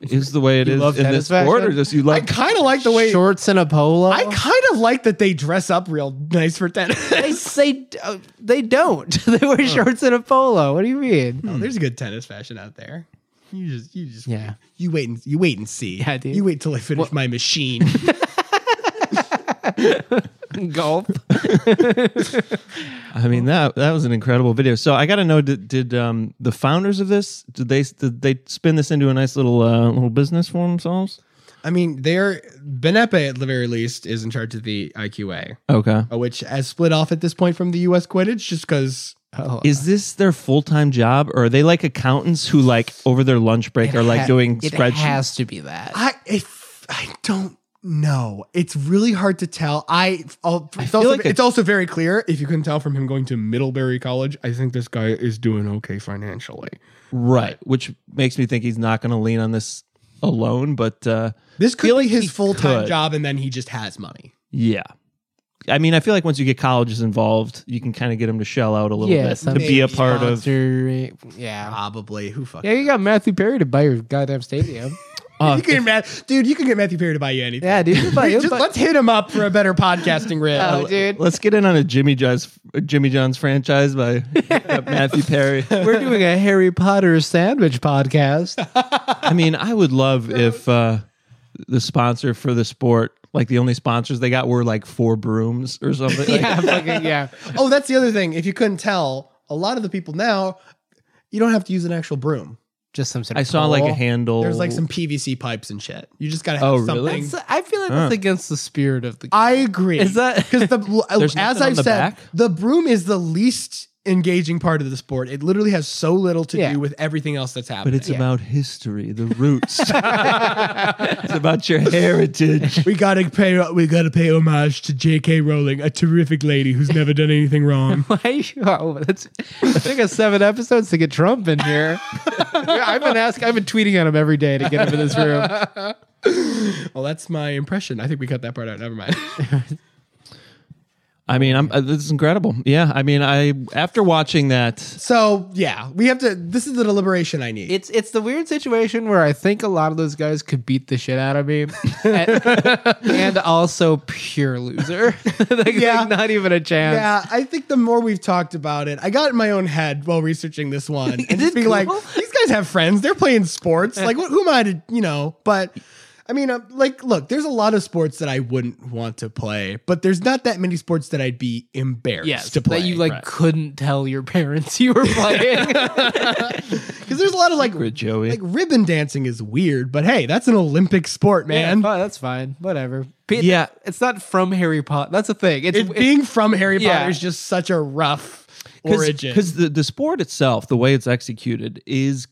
E: is the way it is
F: love
E: in
F: tennis
E: this sport, or
F: fashion?
E: just you
D: I
E: like
D: kind of like the way.
F: Shorts and a polo.
D: I kind of like that they dress up real nice for *laughs* tennis.
F: they say uh, they don't. *laughs* they wear shorts and a polo. What do you mean?
D: Oh, there's good tennis fashion out there. You just, you just,
F: Yeah.
D: You wait and you wait and see.
F: Yeah, dude.
D: You wait till I finish my machine.
F: *laughs* Golf.
E: I mean that that was an incredible video. So I got to know did, did um the founders of this did they did they spin this into a nice little uh, little business for themselves?
D: I mean, they're Benepe at the very least is in charge of the IQA,
E: Okay.
D: uh, which has split off at this point from the U.S. Quidditch just because
F: Oh.
E: Is this their full time job, or are they like accountants who like over their lunch break are like doing
F: it
E: spreadsheets?
F: has to be that.
D: I if, I don't know. It's really hard to tell. I I'll, it's, also,
E: like a-
D: it's also very clear if you couldn't tell from him going to Middlebury College. I think this guy is doing okay financially.
E: right, which makes me think he's not going to lean on this alone. But uh,
D: This could
E: Feel
D: be
E: like he
D: his full time
E: could.
D: job, and then he just has money.
E: yeah, I mean, I feel like once you get colleges involved, you can kind of get them to shell out a little
F: Yeah,
E: bit to
F: some
E: be a part of.
F: Sponsoring- Yeah.
D: Probably. Who fucking?
F: Yeah, you got Matthew Perry to buy your goddamn stadium.
E: Uh,
D: you can get Matt, dude. You can get Matthew Perry to buy you anything.
F: *laughs* yeah, dude. *laughs* But,
D: Just, let's hit him up for a better podcasting rate.
F: *laughs* oh,
E: *laughs*
F: dude.
E: Let's get in on a Jimmy John's Jimmy John's franchise
F: *laughs*
E: by uh, Matthew Perry.
F: We're doing a Harry Potter sandwich *laughs* podcast.
E: I mean, I would love if uh, the sponsor for the sport, like the only sponsors they got were like four brooms or something. Like,
F: *laughs* yeah, fucking yeah.
D: oh, that's the other thing. If you couldn't tell, a lot of the people now, you don't have to use an actual broom.
F: Just some sort of
E: I saw like a
F: pole.
E: handle.
D: There's like some PVC pipes and shit. You just gotta have
E: Oh,
D: something.
E: really?
F: That's- I feel like that's against the spirit of the
D: I agree.
F: Is that-
D: *laughs*
F: *laughs*
D: because the
E: There's
D: as
E: nothing on
D: I've
E: the
D: said,
E: back?
D: the broom is the least engaging part of the sport. It literally has so little to
F: Yeah.
D: do with everything else that's happening.
E: But it's about history, the
D: *laughs*
E: roots. *laughs* it's about your heritage.
D: we gotta pay. We gotta pay homage to J.K. Rowling, a terrific lady who's never done anything wrong.
F: Why? Oh, that's, it took us seven episodes to get Trump in here. *laughs* I've been asking, I've been tweeting at him every day to get him in this room.
D: *laughs* well, that's my impression. I think we cut that part out. Never mind.
E: I mean, I'm, uh, this is incredible. Yeah, I mean, I after watching
D: *laughs*
E: that,
D: so yeah, we have to. This is the deliberation I need.
F: It's it's the weird situation where I think a lot of those guys could beat the shit out of me, and, and also pure loser. *laughs* like,
D: Yeah.
F: like, not even a chance.
D: yeah, I think the more we've talked about it, I got in my own head while researching this *laughs* one and just
F: it
D: being like,
F: cool?
D: these guys have friends. They're playing sports. Like, wh- who am I to, you know? But I mean, uh, like, look, there's a lot of sports that I wouldn't want to play, but there's not that many sports that I'd be embarrassed
F: Yes,
D: to play.
F: that you like couldn't tell your parents you *laughs* were playing.
D: because there's a lot of like,
E: Secret, Joey.
D: like ribbon dancing is weird, but hey, that's an Olympic sport, man.
F: Yeah, oh, that's fine. Whatever. Pe-
E: Yeah.
F: it's not from Harry Potter. That's the thing. It's,
D: it, being from Harry
F: Yeah.
D: Potter is just such a rough origin.
E: because the, the sport itself, the way it's executed, is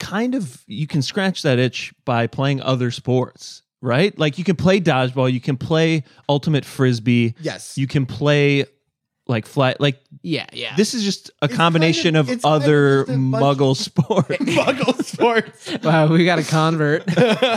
E: kind of you can scratch that itch by playing other sports, right? Like you can play dodgeball, you can play ultimate frisbee,
D: Yes. *laughs*
E: you can play like fly. Like
F: yeah, yeah.
E: this is just a
D: of-
E: combination of,
D: it's kind of
E: other
D: just a bunch-
E: Muggle sports.
D: Muggle sports.
F: wow, we got a convert.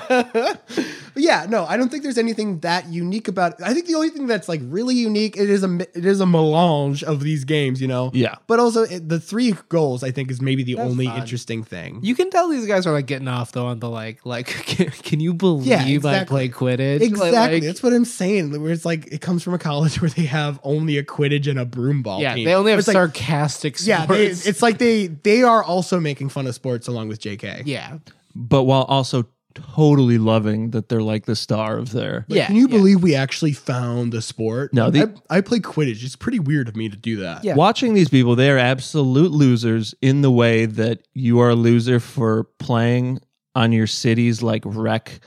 D: But *laughs* yeah, no, I don't think there's anything that unique about it. I think the only thing that's like really unique it is a mi- it is a melange of these games, you know.
E: Yeah.
D: But also it, the three goals I think is maybe the
F: That's
D: only
F: fun.
D: interesting thing.
F: you can tell these guys are like getting off though on the like, like, *laughs* can, can you believe
D: Yeah,
F: I
D: exactly.
F: play Quidditch?
D: exactly.
F: Like, like,
D: that's what I'm saying. Where it's like it comes from a college *laughs* where they have only a quidditch and a broomball
F: yeah,
D: team.
F: they only have
D: It's like-
F: sarcastic
D: yeah,
F: *laughs*
D: they,
F: sports.
D: it's like they they are also making fun of sports along with JK.
F: yeah,
E: but while also totally loving that they're like the star of their
F: yeah.
D: Can you
F: yeah.
D: believe we actually found the sport?
E: No, the-
D: I, I play quidditch. It's pretty weird of me to do that.
F: Yeah.
E: Watching these people, they are absolute losers in the way that you are a loser for playing on your city's like rec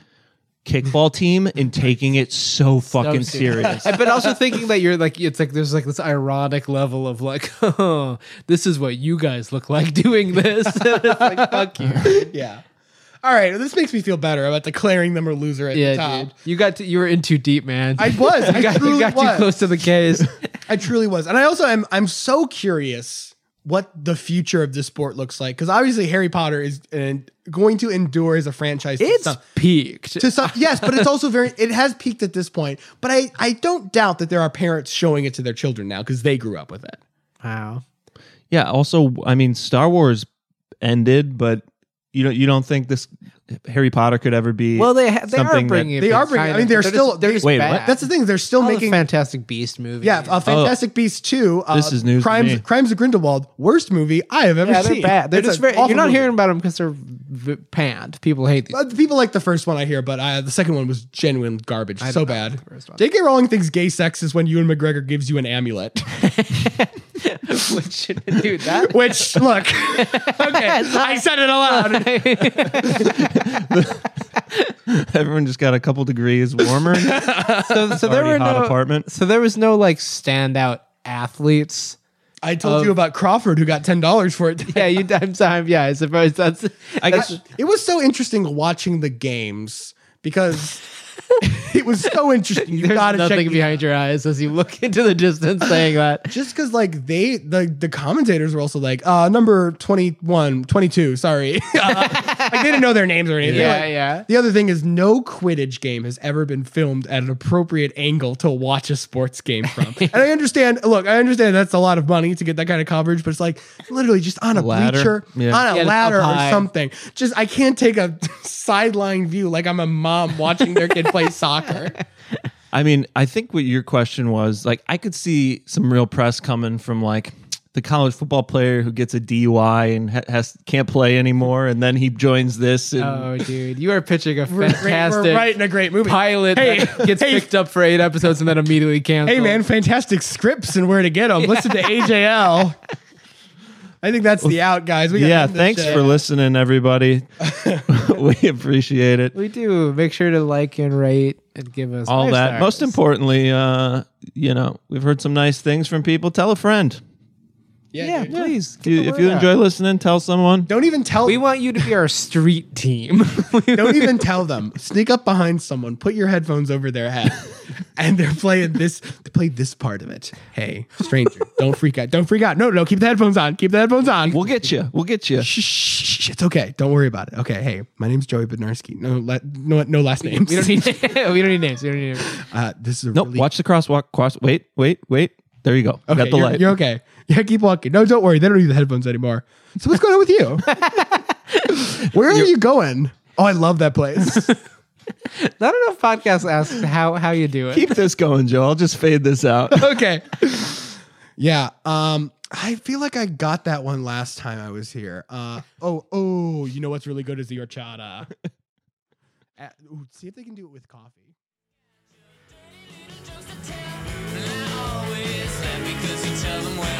E: kickball team and taking it so fucking serious.
F: *laughs* And- but also thinking that you're like it's like there's like this ironic level of like, *laughs* oh, this is what you guys look like *laughs* doing this. it's like
D: *laughs*
F: fuck you.
D: *laughs* Yeah. All right. This makes me feel better about declaring them a loser at the
F: Yeah,
D: top.
F: dude. You got to, you were in too deep, man.
D: I was. I
F: *laughs* you got,
D: truly
F: you got
D: was.
F: too close to
D: *laughs*
F: the case.
D: I truly was. And I also am I'm so curious what the future of this sport looks like. Because obviously Harry Potter is uh, going to endure as a franchise. to
F: It's
D: some-
F: peaked.
D: to
F: *laughs*
D: some, yes, but it's also very it has peaked at this point. But I, I don't doubt that there are parents showing it to their children now because they grew up with it.
F: wow.
E: yeah, also I mean Star Wars ended, but you don't you don't think this Harry Potter could ever be
F: Well, they ha- they are
E: something that-
F: bringing. it
D: They are
F: back,
D: bringing- I
F: kinda.
D: mean, they're still-
F: just, they're just
E: Wait, what? Oh.
F: bad.
D: That's the thing, they're still
F: All
D: making
F: the Fantastic Beast movie.
D: yeah, a Fantastic Beasts two. Uh,
E: This is news to
D: Crimes,
E: me.
D: Crimes of Grindelwald, worst movie I have ever
F: yeah,
D: seen.
F: they're bad. They're
D: It's
F: just
D: an
F: very.
D: awful
F: You're not
D: movie.
F: hearing about them because they're v- panned. People hate these.
D: Uh, people like the first one I hear, but uh, the second one was genuine garbage. so
F: don't like
D: bad.
F: the first one.
D: J.K. Rowling thinks gay sex is when Ewan McGregor gives you an amulet. *laughs*
F: Which dude *laughs* that.
D: Which, look, *laughs* okay,
F: *laughs*
D: I said it aloud.
E: *laughs* everyone just got a couple degrees
F: *laughs*
E: warmer?
F: so, so there
E: Already
F: were
E: hot
F: no
E: apartment.
F: *laughs* So there was no like standout athletes.
D: I
F: Uh,
D: told you about Crawford who got ten dollars for
F: *laughs*
D: it. *laughs*
F: Yeah, you. I'm sorry. Yeah, I suppose that's.
E: I guess
D: It was so interesting watching the games
F: *laughs*
D: because it was so interesting. You
F: There's
D: got to check
F: nothing behind your eyes as you look into the distance saying that.
D: just because like they the the commentators were also like uh number 21 22 sorry *laughs* uh, like they didn't know their names or anything
F: Yeah,
D: Like,
F: yeah.
D: the other thing is no quidditch game has ever been filmed at an appropriate angle to watch a sports game
F: *laughs*
D: from and i understand look i understand that's a lot of money to get that kind of coverage but it's like literally just on a
E: Ladder.
D: bleacher
E: Yeah.
D: on a
F: Yeah, up
D: ladder or
F: high.
D: something just i can't take a *laughs* sideline view like i'm a mom watching their kid play soccer
E: I mean, I think what your question was like, I could see some real press coming from like the college football player who gets a DUI and ha- has can't play anymore, and then he joins this. And
F: *laughs* Oh, dude, you are pitching a
D: We're-
F: fantastic
D: we're writing a great movie
F: pilot
D: Hey,
F: that gets
D: hey.
F: picked up for eight episodes and then immediately canceled.
D: Hey man, fantastic scripts and where to get them. Listen
F: *laughs*
D: to AJL. I think that's the out, guys. We gotta
E: yeah,
D: end this
E: thanks
D: shit.
E: for listening,
F: *laughs*
E: everybody. *laughs* we appreciate it.
F: we do. Make sure to like and rate and give us
E: All
F: five
E: that.
F: stars.
E: Most importantly, uh, you know, we've heard some nice things from people. Tell a friend.
D: Yeah,
F: yeah,
D: dude.
F: please.
E: If you,
F: get the
E: if
F: word
E: you
F: out.
E: enjoy listening, tell someone.
D: Don't even tell.
F: we want you to be our street team. *laughs*
D: don't even tell them. Sneak up behind someone. Put your headphones over their
F: *laughs*
D: head, and they're playing this. They play this part of it. Hey, stranger, don't freak out. Don't freak out. No, no, keep the headphones on. Keep the headphones on.
E: We'll get you. We'll get you.
D: Shh, shh, shh, it's okay. Don't worry about it. Okay. Hey, my name's Joey Bednarski. No, la- no, no last names.
F: we don't need. we don't need names. We don't need names.
D: Uh, this is a
E: Nope.
D: really-
E: Watch the crosswalk. Cross. Wait. Wait. Wait. There you go.
D: Okay,
E: Got the
D: you're,
E: light.
D: you're okay. *laughs* Yeah, keep walking. No, don't worry. They don't need the headphones anymore. So what's going on with you?
E: *laughs*
D: Where are you going? Oh, I love that place.
F: Not enough podcasts ask how how you do it.
E: Keep this going, Joe. I'll just fade this out.
D: okay. Yeah. Um, I feel like I got that one last time I was here. Uh, oh, oh, you know what's really good is the horchata. *laughs* Uh, ooh, see if they can do it with coffee.
C: And I always laugh because you tell them when